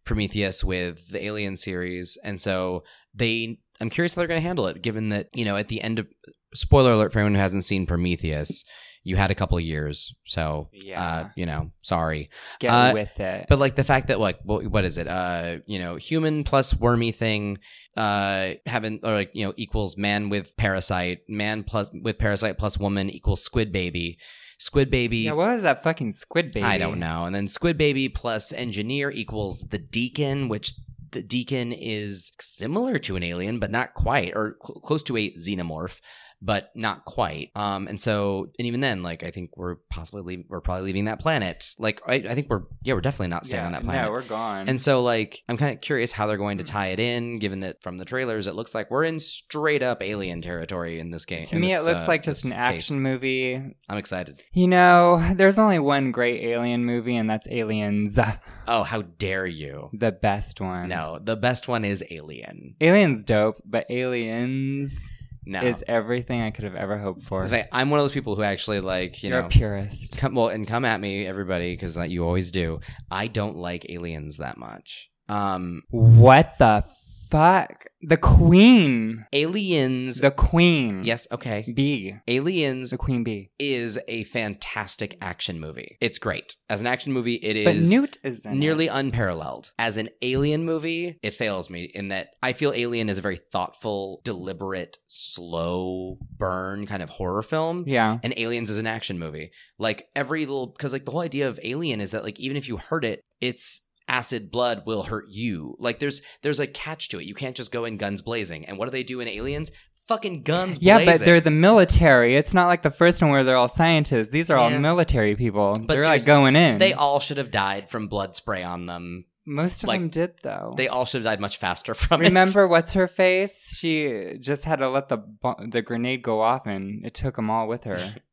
B: Prometheus with the Alien series, and so they I'm curious how they're going to handle it, given that you know at the end of spoiler alert for anyone who hasn't seen Prometheus, you had a couple of years, so
A: Yeah.
B: uh, you know sorry,
A: Get
B: uh,
A: with it.
B: but like the fact that like what, what is it uh you know human plus wormy thing uh having or like you know equals man with parasite man plus with parasite plus woman equals squid baby squid baby
A: Yeah, what was that fucking squid baby?
B: I don't know. And then Squid Baby plus Engineer equals the Deacon, which the Deacon is similar to an alien, but not quite, or cl- close to a xenomorph, but not quite. Um, and so, and even then, like I think we're possibly leave- we're probably leaving that planet. Like I, I think we're yeah, we're definitely not staying on that planet.
A: No, we're gone.
B: And so, like, I'm kind of curious how they're going to tie it in, given that from the trailers, it looks like we're in straight up alien territory in this game.
A: to
B: in
A: me,
B: this,
A: it looks
B: uh,
A: like just
B: this
A: an
B: case.
A: action movie.
B: I'm excited.
A: You know, there's only one great alien movie, and that's Aliens,
B: Oh, how dare you?
A: the best one.
B: No, the best one is Alien.
A: Aliens dope, but Aliens
B: No,
A: is everything I could have ever hoped for.
B: It's like, I'm one of those people who actually like you
A: You're
B: know.
A: a purist.
B: Come, well, and come at me, everybody, because like, you always do. I don't like aliens that much. Um,
A: What the fuck? The Queen.
B: aliens.
A: The Queen.
B: yes, okay.
A: B.
B: Aliens
A: The Queen Bee.
B: is a fantastic action movie. It's great as an action movie. It is.
A: But Newt is in it.
B: nearly unparalleled. As an alien movie, it fails me in that I feel Alien is a very thoughtful, deliberate, slow burn kind of horror film.
A: Yeah.
B: And Aliens is an action movie. Like every little, because like the whole idea of Alien is that like even if you hurt it, it's acid blood will hurt you. Like there's there's a catch to it. You can't just go in guns blazing. And what do they do in Aliens? Fucking guns
A: Yeah,
B: blazing.
A: but they're the military. It's not like the first one where they're all scientists. These are all
B: Yeah.
A: military people.
B: But
A: they're like
B: seriously,
A: going in.
B: they all should have died from blood spray on them.
A: Most of
B: like,
A: them did though.
B: They all should have died much faster from it.
A: Remember what's her face? She just had to let the bo- the grenade go off, and it took them all with her.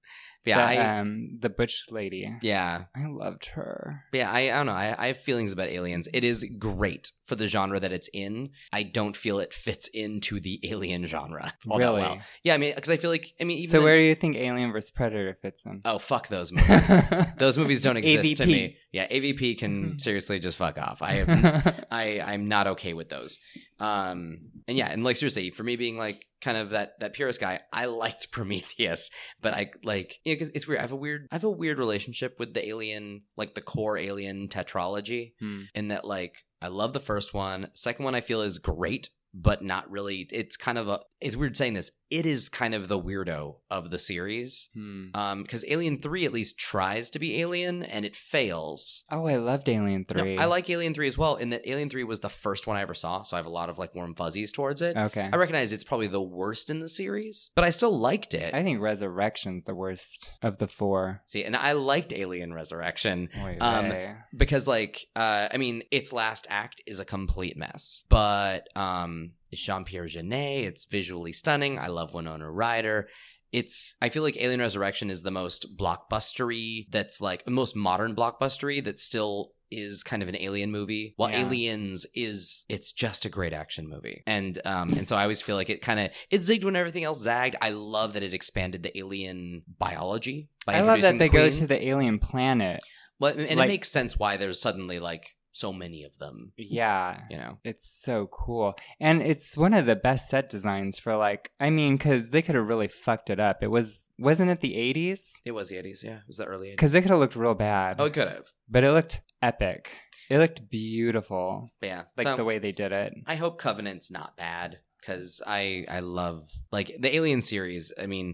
B: Yeah,
A: the,
B: I,
A: um, the butch lady.
B: yeah.
A: I loved her.
B: But yeah, I, I don't know. I, I have feelings about aliens. It is great for the genre that it's in. I don't feel it fits into the alien genre. All
A: really?
B: That well. Yeah, I mean, because I feel like, I mean, even.
A: so
B: the-
A: where do you think Alien vs Predator fits in?
B: Oh, fuck those movies. those movies don't exist to
A: AVP.
B: me. Yeah, AVP
A: Mm-hmm.
B: can seriously just fuck off. I have I I'm not okay with those. Um and yeah, and like seriously, for me being like kind of that that purist guy, I liked Prometheus, but I like you know, 'cause it's weird. I have a weird I have a weird relationship with the alien, like the core alien tetralogy,
A: Hmm.
B: in that like I love the first one. Second one I feel is great, but not really. It's kind of a it's weird saying this. It is kind of the weirdo of the series.
A: Hmm.
B: Um, because Alien Three at least tries to be alien and it fails.
A: Oh, I loved Alien
B: No,
A: Three.
B: I like Alien 3 as well, in that Alien 3 was the first one I ever saw, so I have a lot of like warm fuzzies towards it.
A: Okay.
B: I recognize it's probably the worst in the series, but I still liked it.
A: I think Resurrection's the worst of the four.
B: See, and I liked Alien Resurrection
A: Wait,
B: Um,
A: they-
B: because like uh I mean, its last act is a complete mess. But um it's Jean-Pierre Jeunet, it's visually stunning. I love Winona Ryder. It's I feel like Alien Resurrection is the most blockbustery that's like most modern blockbustery that still is kind of an alien movie. While
A: Yeah.
B: Aliens is it's just a great action movie. And um and so I always feel like it kind of it zigged when everything else zagged. I love that it expanded the alien biology by
A: I love
B: introducing
A: that
B: the
A: they go
B: queen.
A: to the alien planet.
B: Well, and and
A: Like-
B: it makes sense why there's suddenly like so many of them.
A: Yeah.
B: You know,
A: It's so cool. And it's one of the best set designs for like I mean cuz they could have really fucked it up. It was wasn't it the 80s?
B: it was the 80s. Yeah, it was the early 80s.
A: Cuz it could have looked real bad.
B: Oh, it could have.
A: But it looked epic. It looked beautiful.
B: But yeah,
A: Like
B: so
A: the way they did it.
B: I hope Covenant's not bad because I I love like the Alien series. I mean,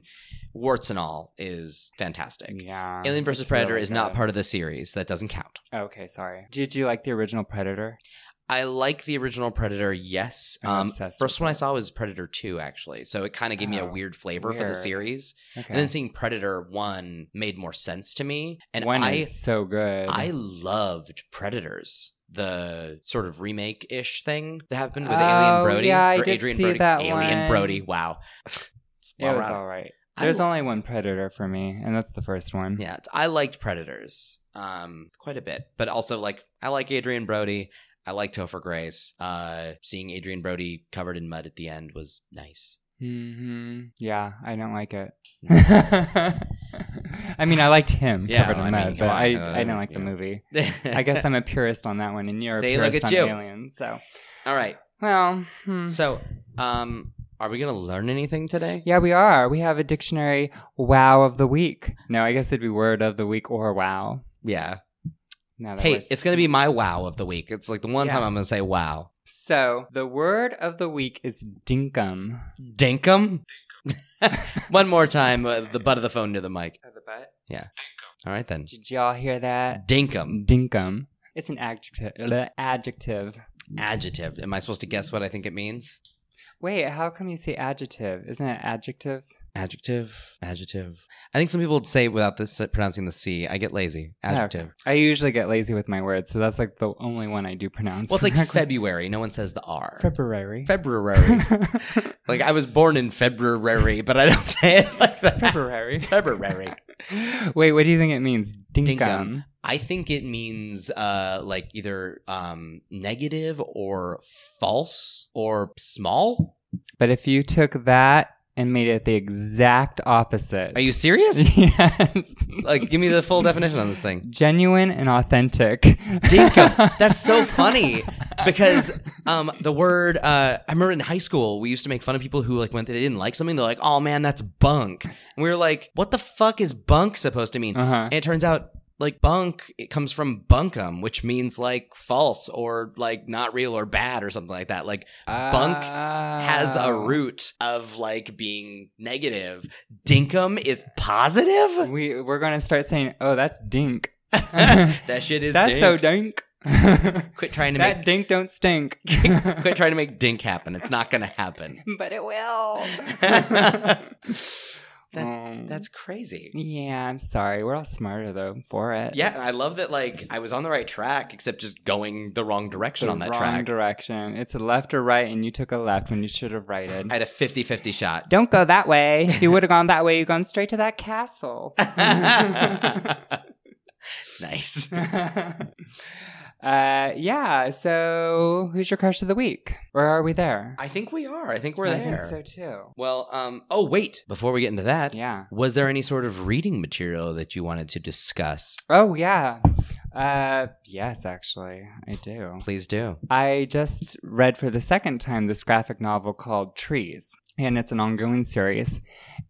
B: warts and all is fantastic.
A: Yeah.
B: Alien versus
A: it's
B: Predator
A: really
B: is not
A: good.
B: part of the series. That doesn't count.
A: Okay, sorry. Did you like the original Predator?
B: I like the original Predator, yes.
A: I'm
B: Um,
A: obsessed
B: first
A: with
B: one I
A: it.
B: saw was Predator 2, actually. So it kind of gave me a
A: Oh,
B: weird flavor for the
A: weird.
B: series.
A: Okay.
B: And then seeing Predator 1 made more sense to me. And
A: one
B: I
A: is so good.
B: I loved Predators, the sort of remake ish thing that happened with
A: Oh,
B: Alien Brody.
A: yeah, I
B: or
A: did
B: Adrian
A: see
B: Brody.
A: that
B: Alien
A: one.
B: Brody. Wow. It's
A: it
B: well
A: was
B: rounded.
A: all right.
B: I-
A: There's only one Predator for me, and that's the first one.
B: yeah, it's- I liked Predators um, quite a bit, but also like I like Adrian Brody. I like Topher Grace. Uh, seeing Adrian Brody covered in mud at the end was nice.
A: hmm Yeah, I don't like it. I mean, I liked him
B: Yeah,
A: covered in
B: I mean,
A: mud, but
B: come on,
A: I,
B: uh,
A: I didn't like the
B: yeah.
A: movie. I guess I'm a purist on that one, and you're
B: See,
A: a
B: look
A: purist
B: at
A: on
B: you.
A: aliens. So,
B: All right.
A: well, hmm.
B: So, um, are we gonna learn anything today?
A: yeah, we are. We have a dictionary wow of the week. No, I guess it'd be word of the week or wow.
B: Yeah.
A: Now that
B: Hey,
A: we're-
B: it's gonna be my wow of the week. It's like the one
A: Yeah.
B: time I'm gonna say wow.
A: so the word of the week is dinkum.
B: Dinkum. One more time, uh, the butt of the phone near the mic. All right then.
A: Did y'all hear that?
B: Dinkum.
A: Dinkum. It's an adjective. Adjective.
B: adjective. Am I supposed to guess what I think it means?
A: Wait, how come you say adjective? Isn't it adjective?
B: Adjective, adjective. I think some people would say it without this, uh, pronouncing the C. I get lazy. Adjective.
A: I usually get lazy with my words, so that's like the only one I do pronounce.
B: Well, it's like
A: correctly.
B: February. No one says the R.
A: February.
B: February. like I was born in February, but I don't say it like that.
A: February.
B: February.
A: Wait, what do you think it means? Dinkum.
B: Dinkum. I think it means uh, like either um, negative or false or small.
A: But if you took that and made it the exact opposite.
B: Are you serious?
A: Yes.
B: like, give me the full definition on this thing.
A: Genuine and authentic.
B: Dinkum. That's so funny because um, the word uh, I remember in high school we used to make fun of people who like when they didn't like something they're like, "Oh man, that's bunk," and we were like, "What the fuck is bunk supposed to mean?"
A: Uh-huh.
B: And it turns out like bunk it comes from bunkum, which means like false or like not real or bad or something like that. Like Bunk has a
A: Oh.
B: root of like being negative. Dinkum is positive.
A: We we're gonna start saying, "Oh, that's dink."
B: that shit is
A: that's
B: dink.
A: so dink. that
B: quit trying to
A: dink don't stink.
B: make quit trying to make dink happen. It's not gonna happen.
A: but it will. Um,
B: That's crazy.
A: yeah. I'm sorry. We're all smarter though for it.
B: Yeah, and I love that like I was on the right track, except just going the wrong direction
A: The
B: on that
A: wrong
B: track.
A: direction. It's a left or right, and you took a left when you should have righted.
B: I had a 50-50 shot.
A: Don't go that way. If you would have gone that way, you've gone straight to that castle.
B: nice.
A: uh, yeah. So, who's your crush of the week? Or are we there?
B: I think we are. I think we're
A: I
B: there.
A: think so too.
B: Well, um, oh wait, before we get into that,
A: Yeah.
B: was there any sort of reading material that you wanted to discuss?
A: Oh yeah. Uh, yes, actually, I do.
B: Please do.
A: I just read for the second time this graphic novel called Trees, and it's an ongoing series,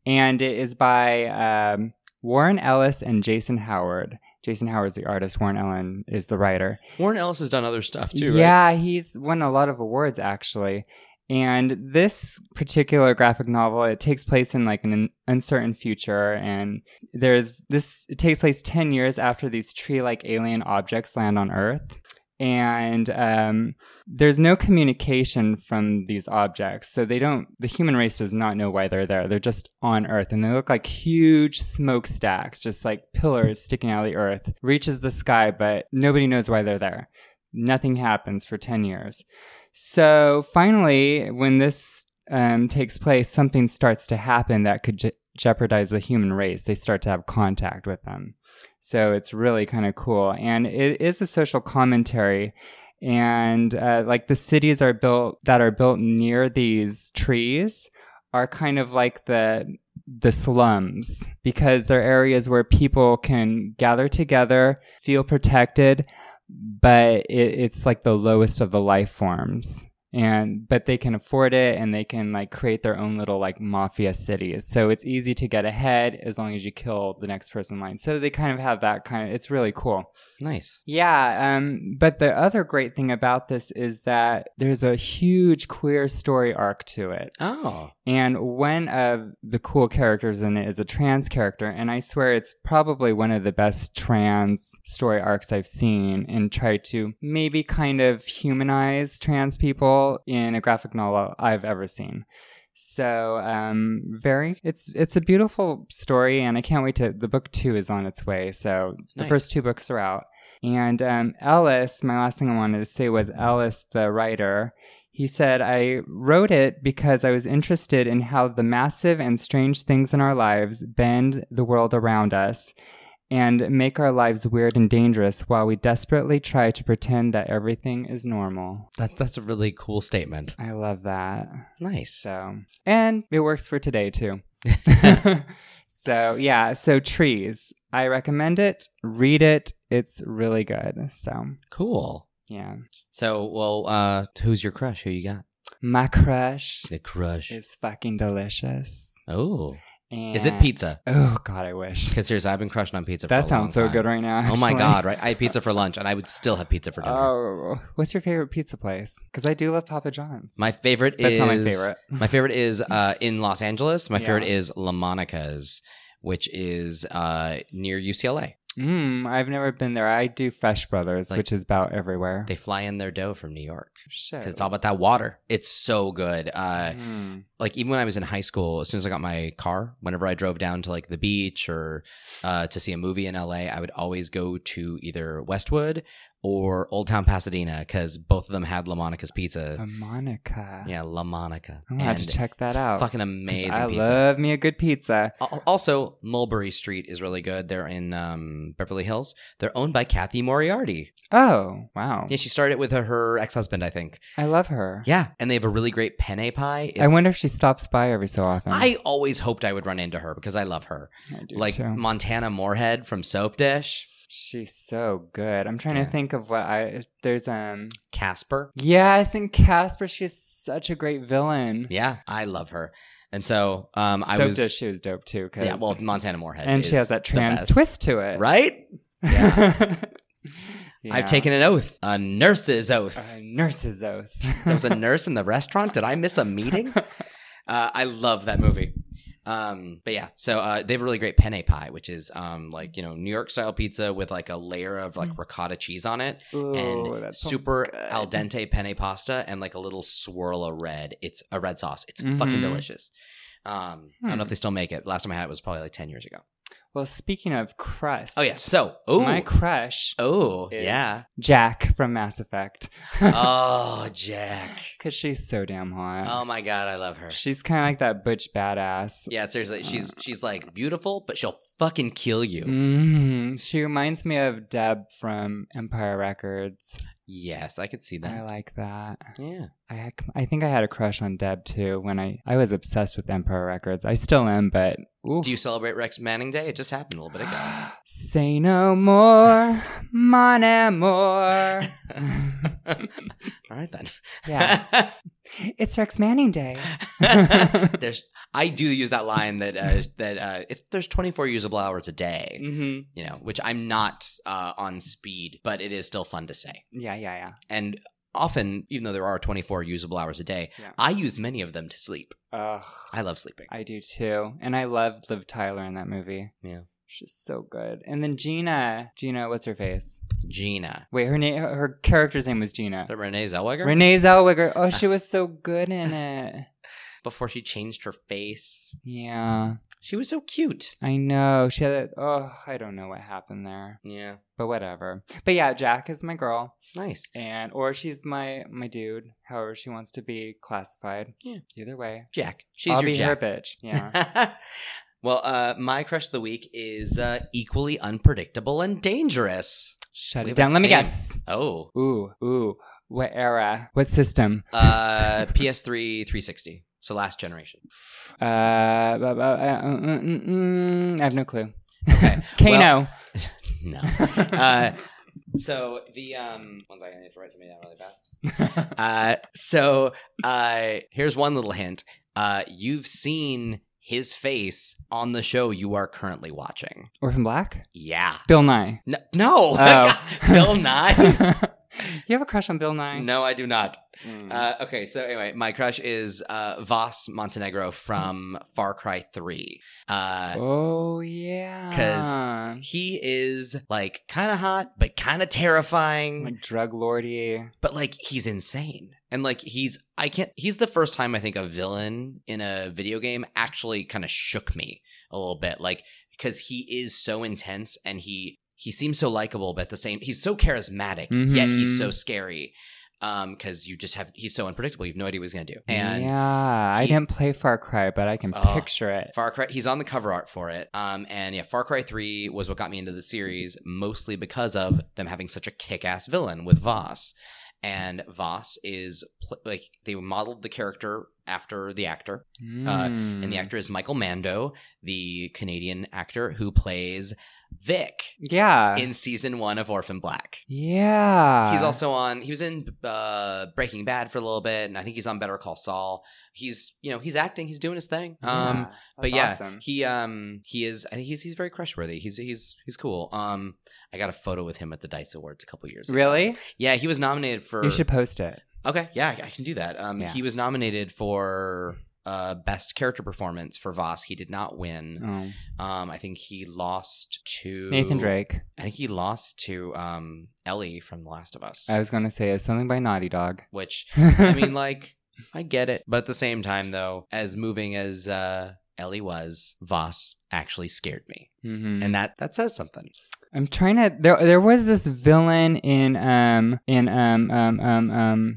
A: and it is by um, Warren Ellis and Jason Howard. Jason Howard's the artist. Warren Ellen is the writer.
B: Warren Ellis has done other stuff too, right?
A: Yeah, he's won a lot of awards actually. And this particular graphic novel, it takes place in like an uncertain future, and there's this. It takes place ten years after these tree-like alien objects land on Earth, and um, there's no communication from these objects, so they don't. The human race does not know why they're there. They're just on Earth, and they look like huge smokestacks, just like pillars sticking out of the Earth, reaches the sky, but nobody knows why they're there nothing happens for 10 years. So finally, when this um, takes place, something starts to happen that could je- jeopardize the human race. They start to have contact with them. So it's really kind of cool. And it is a social commentary. And uh, like the cities are built that are built near these trees are kind of like the the slums because they're areas where people can gather together, feel protected, but it, it's like the lowest of the life forms and but they can afford it and they can like create their own little like mafia cities so it's easy to get ahead as long as you kill the next person in line so they kind of have that kind of it's really cool
B: Nice.
A: yeah, um, but the other great thing about this is that there's a huge queer story arc to it.
B: Oh,
A: And one of the cool characters in it is a trans character, and I swear it's probably one of the best trans story arcs I've seen and try to maybe kind of humanize trans people in a graphic novel I've ever seen. So um very it's it's a beautiful story and I can't wait to the book 2 is on its way. So the
B: Nice.
A: first two books are out. And um Ellis, my last thing I wanted to say was Ellis the writer he said, I wrote it because I was interested in how the massive and strange things in our lives bend the world around us and make our lives weird and dangerous while we desperately try to pretend that everything is normal.
B: that that's a really cool statement.
A: I love that.
B: Nice.
A: So, and it works for today too. so, yeah, so trees. I recommend it. Read it. It's really good. So,
B: Cool.
A: yeah.
B: So, well, uh, who's your crush? Who you got?
A: My crush
B: The crush.
A: is fucking delicious.
B: Oh,
A: And
B: is it pizza?
A: Oh God, I wish.
B: Because seriously, I've been crushing on pizza. for
A: That
B: a long
A: sounds so
B: time.
A: good right now.
B: Oh my
A: actually.
B: god! Right, I had pizza for lunch, and I would still have pizza for dinner.
A: Oh, what's your favorite pizza place? Because I do love Papa John's.
B: My favorite
A: That's
B: is
A: not my favorite.
B: My favorite is uh, in Los Angeles. My
A: Yeah.
B: favorite is La Monica's, which is uh, near UCLA.
A: Mm, I've never been there. I do Fresh Brothers,
B: Like-
A: which is about everywhere. Oh,
B: They fly in their dough from New York. 'Cause
A: Shit.
B: It's all about that water. It's so good. Uh,
A: Mm.
B: like even when I was in high school, as soon as I got my car, whenever I drove down to like the beach or uh, to see a movie in LA, I would always go to either Westwood or Old Town Pasadena because both of them had La Monica's pizza.
A: A Monica.
B: yeah, La Monica.
A: Oh, I'm gonna have to
B: And
A: check that
B: it's
A: out.
B: Fucking
A: 'cause
B: amazing
A: I
B: pizza.
A: love me a good pizza.
B: Al- also, Mulberry Street is really good. They're in um, Beverly Hills. They're owned by Kathy Moriarty.
A: Oh wow,
B: Yeah, she started it with her, her ex husband, I think.
A: I love her.
B: Yeah, and they have a really great penne pie. It's-
A: I wonder if she stops by every so often.
B: I always hoped I would run into her because I love her.
A: I do
B: like
A: too.
B: Montana Moorhead from Soap Dish,
A: she's so good. I'm trying
B: Yeah.
A: to think of what I there's um
B: Casper.
A: yes in Casper she's such a great villain.
B: Yeah, I love her. And so um, I
A: so
B: was.
A: does she was dope too. 'cause-
B: yeah, well, Montana Moorhead,
A: and she
B: is
A: has that
B: the
A: trans
B: best.
A: twist to it,
B: right?
A: Yeah.
B: I've taken an oath, a nurse's oath.
A: a nurse's oath.
B: there was a nurse in the restaurant. Did I miss a meeting? Uh, I love that movie. Um, but yeah, so uh, they have a really great penne pie, which is um, like you know New York style pizza with like a layer of like
A: Mm.
B: ricotta cheese on it,
A: Ooh,
B: and
A: that sounds
B: super
A: good.
B: al dente penne pasta, and like a little swirl of red. It's a red sauce. It's fucking
A: Mhm.
B: delicious. Um, I don't know
A: Hmm.
B: if they still make it. Last time I had it was probably like ten years ago.
A: Well, speaking of crust,
B: Oh yeah. So oh
A: my crush
B: oh
A: is-
B: yeah
A: Jack from Mass Effect,
B: oh Jack.
A: because she's so damn hot.
B: Oh my god, I love her.
A: She's kind of like that butch badass.
B: Yeah, seriously, she's she's like beautiful, but she'll fucking kill you.
A: Uh, Mm, she reminds me of Deb from Empire Records.
B: Yes, I could see
A: I
B: that.
A: like that.
B: Yeah,
A: I had, I think I had a crush on Deb too when I I was obsessed with Empire Records. I still am, but oof.
B: do you celebrate Rex Manning Day? It just happened a little bit ago.
A: Say no more, mon amour.
B: All right then.
A: yeah, it's Rex Manning Day.
B: there's I do use that line that uh, that uh, it's, there's 24 usable hours a day,
A: Mm-hmm.
B: you know, which I'm not uh, on speed, but it is still fun to say.
A: Yeah, yeah,
B: And often, even though there are 24 usable hours a day,
A: Yeah.
B: I use many of them to sleep.
A: yeah. Ugh.
B: I love sleeping.
A: I do too. And I love Liv Tyler in that movie.
B: Yeah.
A: She's so good. And then Gina. Gina, what's her face?
B: Gina,
A: Wait, her name her character's name was Gina.
B: is that Renee Zellweger?
A: Renee Zellweger. Oh, she was so good in it.
B: Before she changed her face,
A: Yeah.
B: she was so cute.
A: I know. She had a, oh, I don't know what happened there.
B: Yeah,
A: But whatever. But yeah, Jack is my girl.
B: nice.
A: And or she's my my dude, however she wants to be classified.
B: Yeah.
A: Either way.
B: Jack. She's
A: I'll
B: your
A: be
B: Jack.
A: her bitch. Yeah.
B: well, uh, my crush of the week is uh, equally unpredictable and dangerous.
A: Shut
B: We
A: it
B: have a
A: down. Let me
B: theme.
A: guess.
B: Oh,
A: Ooh, ooh. What era? What system?
B: uh, PS3 360. So last generation.
A: Uh, bu- bu- uh, mm, mm, mm, mm, I have no clue.
B: Okay.
A: Kano.
B: No. Uh, so the um, one second, I need to write something down really fast. Uh, so uh, here's one little hint. Uh, you've seen his face on the show you are currently watching.
A: Orphan Black.
B: Yeah.
A: Bill Nye.
B: No. no.
A: Oh.
B: Bill Nye.
A: you have a crush on Bill Nye?
B: no, I do not.
A: Mm.
B: Uh, okay, so anyway, my crush is uh, Voss Montenegro from Far Cry 3. Uh,
A: oh yeah.
B: 'cause- he is like kind of hot, but kind of terrifying,
A: like drug lordy.
B: but like he's insane. And like he's, I can't, he's the first time I think a villain in a video game actually kind of shook me a little bit. Like, because he is so intense and he, he seems so likable, but at the same, he's so charismatic, yet he's
A: Mhm.
B: so scary. Um, because you just have, he's so unpredictable. You have no idea what he's going to do. And
A: yeah, I
B: he-
A: didn't play Far Cry, but I can
B: Oh.
A: picture it.
B: Far Cry. He's on the cover art for it. Um, and yeah, Far Cry Three was what got me into the series, mostly because of them having such a kick-ass villain with Voss. And Voss is pl- like they modeled the character after the actor,
A: Mm.
B: and uh, the actor is Michael Mando, the Canadian actor who plays Vic
A: Yeah.
B: in season one of Orphan Black.
A: yeah.
B: He's also on. He was in uh, Breaking Bad for a little bit, and I think he's on Better Call Saul. He's, you know, he's acting. He's doing his thing. Um,
A: Yeah,
B: but
A: that's
B: yeah,
A: awesome.
B: he um he is I think he's he's very crush worthy. He's he's he's cool. Um, I got a photo with him at the Dice Awards a couple years ago.
A: really,
B: Yeah, he was nominated for.
A: you should post it.
B: Okay, yeah, I can do that. Um,
A: Yeah.
B: he was nominated for uh, best character performance for Voss. He did not win.
A: Oh.
B: Um, I think he lost to
A: Nathan Drake.
B: I think he lost to um, Ellie from The Last of Us,
A: I was going to say it's something by Naughty Dog.
B: which I mean, like, I get it. But at the same time, though, as moving as uh, Ellie was, Voss actually scared me.
A: Mhm.
B: And that, that says something.
A: I'm trying to. There, there was this villain in um in um um um um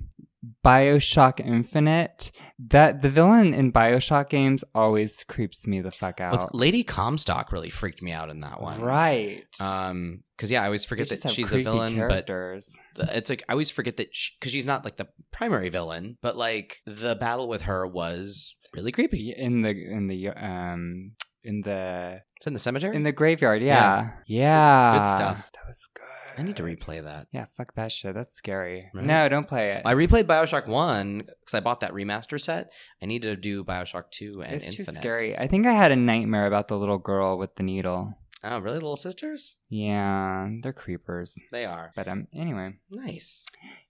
A: Bioshock Infinite. That the villain in Bioshock games always creeps me the fuck
B: What's-
A: out.
B: Lady Comstock really freaked me out in that one.
A: Right.
B: Um, because yeah, I always
A: They
B: forget
A: just
B: that
A: have
B: she's a
A: creepy
B: villain,
A: characters.
B: but it's like I always forget that because she's not like the primary villain, but like the battle with her was really creepy.
A: in the in the um in the
B: It's in the cemetery.
A: in the graveyard. Yeah, yeah.
B: Good- good stuff.
A: That was good.
B: I need to replay that.
A: Yeah, fuck that shit. That's scary.
B: Right?
A: No, don't play it.
B: I replayed Bioshock One because I bought that remaster set. I need to do Bioshock Two and
A: it's
B: Infinite.
A: too scary. I think I had a nightmare about the little girl with the needle.
B: Oh, really? Little sisters?
A: Yeah, they're creepers.
B: They are
A: But um, anyway.
B: nice.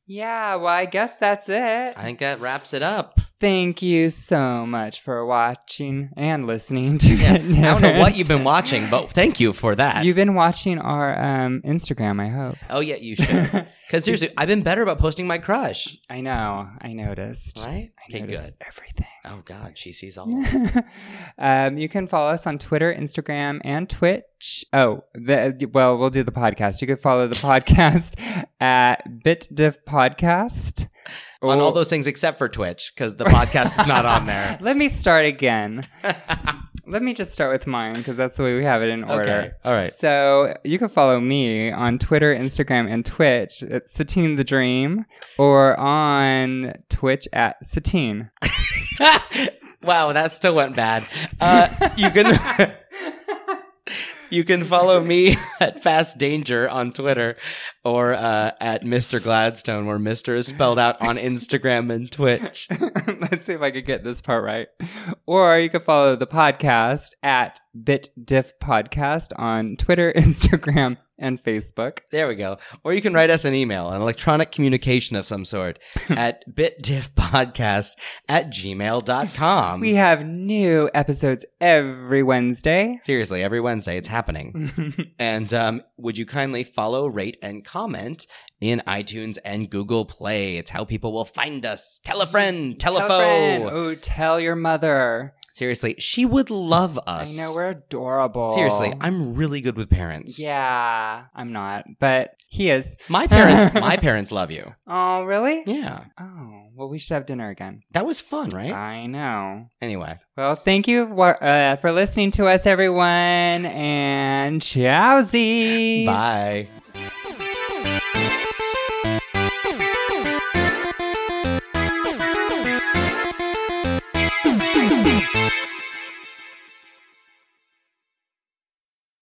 A: Yeah, well, I guess that's it.
B: I think that wraps it up.
A: Thank you so much for watching and listening to
B: Yeah, I
A: it.
B: don't know what you've been watching, but thank you for that.
A: You've been watching our um, Instagram, I hope.
B: oh yeah, you should. Because seriously, I've been better about posting my crush.
A: I know. I noticed.
B: Right?
A: I
B: Okay, good.
A: noticed everything.
B: Oh God, she sees all.
A: um, you can follow us on Twitter, Instagram, and Twitch. Oh, the, well, we'll do the podcast. You can follow the podcast at BitDiff Podcast.
B: on all
A: Or-
B: those things except for Twitch because the podcast is not on there.
A: Oh, Let me start again. Let me just start with mine because that's the way we have it in order.
B: All right.
A: So you can follow me on Twitter, Instagram, and Twitch at Satine the Dream, or on Twitch at Satine.
B: wow, that still went bad. Uh, you can you can follow me at Fast Danger on Twitter or uh, at Mr. Gladstone, where Mr. is spelled out on Instagram and Twitch.
A: Let's see if I could get this part right. Or you can follow the podcast at BitDiff Podcast on Twitter, Instagram, and Facebook.
B: There we go. Or you can write us an email, an electronic communication of some sort at bitdiffpodcast at gmail.com.
A: We have new episodes every Wednesday.
B: Seriously, every Wednesday it's happening. and um, would you kindly follow, rate, and comment in iTunes and Google Play? It's how people will find us. Tell a friend, tell a
A: Tell a friend.
B: foe.
A: Oh, tell your mother.
B: Seriously, she would love
A: I
B: us.
A: know we're adorable.
B: Seriously, I'm really good with parents.
A: Yeah, I'm not, but he is.
B: My parents my parents love you.
A: Oh, really?
B: Yeah.
A: Oh, well, we should have dinner again.
B: That was fun, right?
A: I know.
B: anyway.
A: Well, thank you for, uh, for listening to us, everyone, and chowsy.
B: Bye.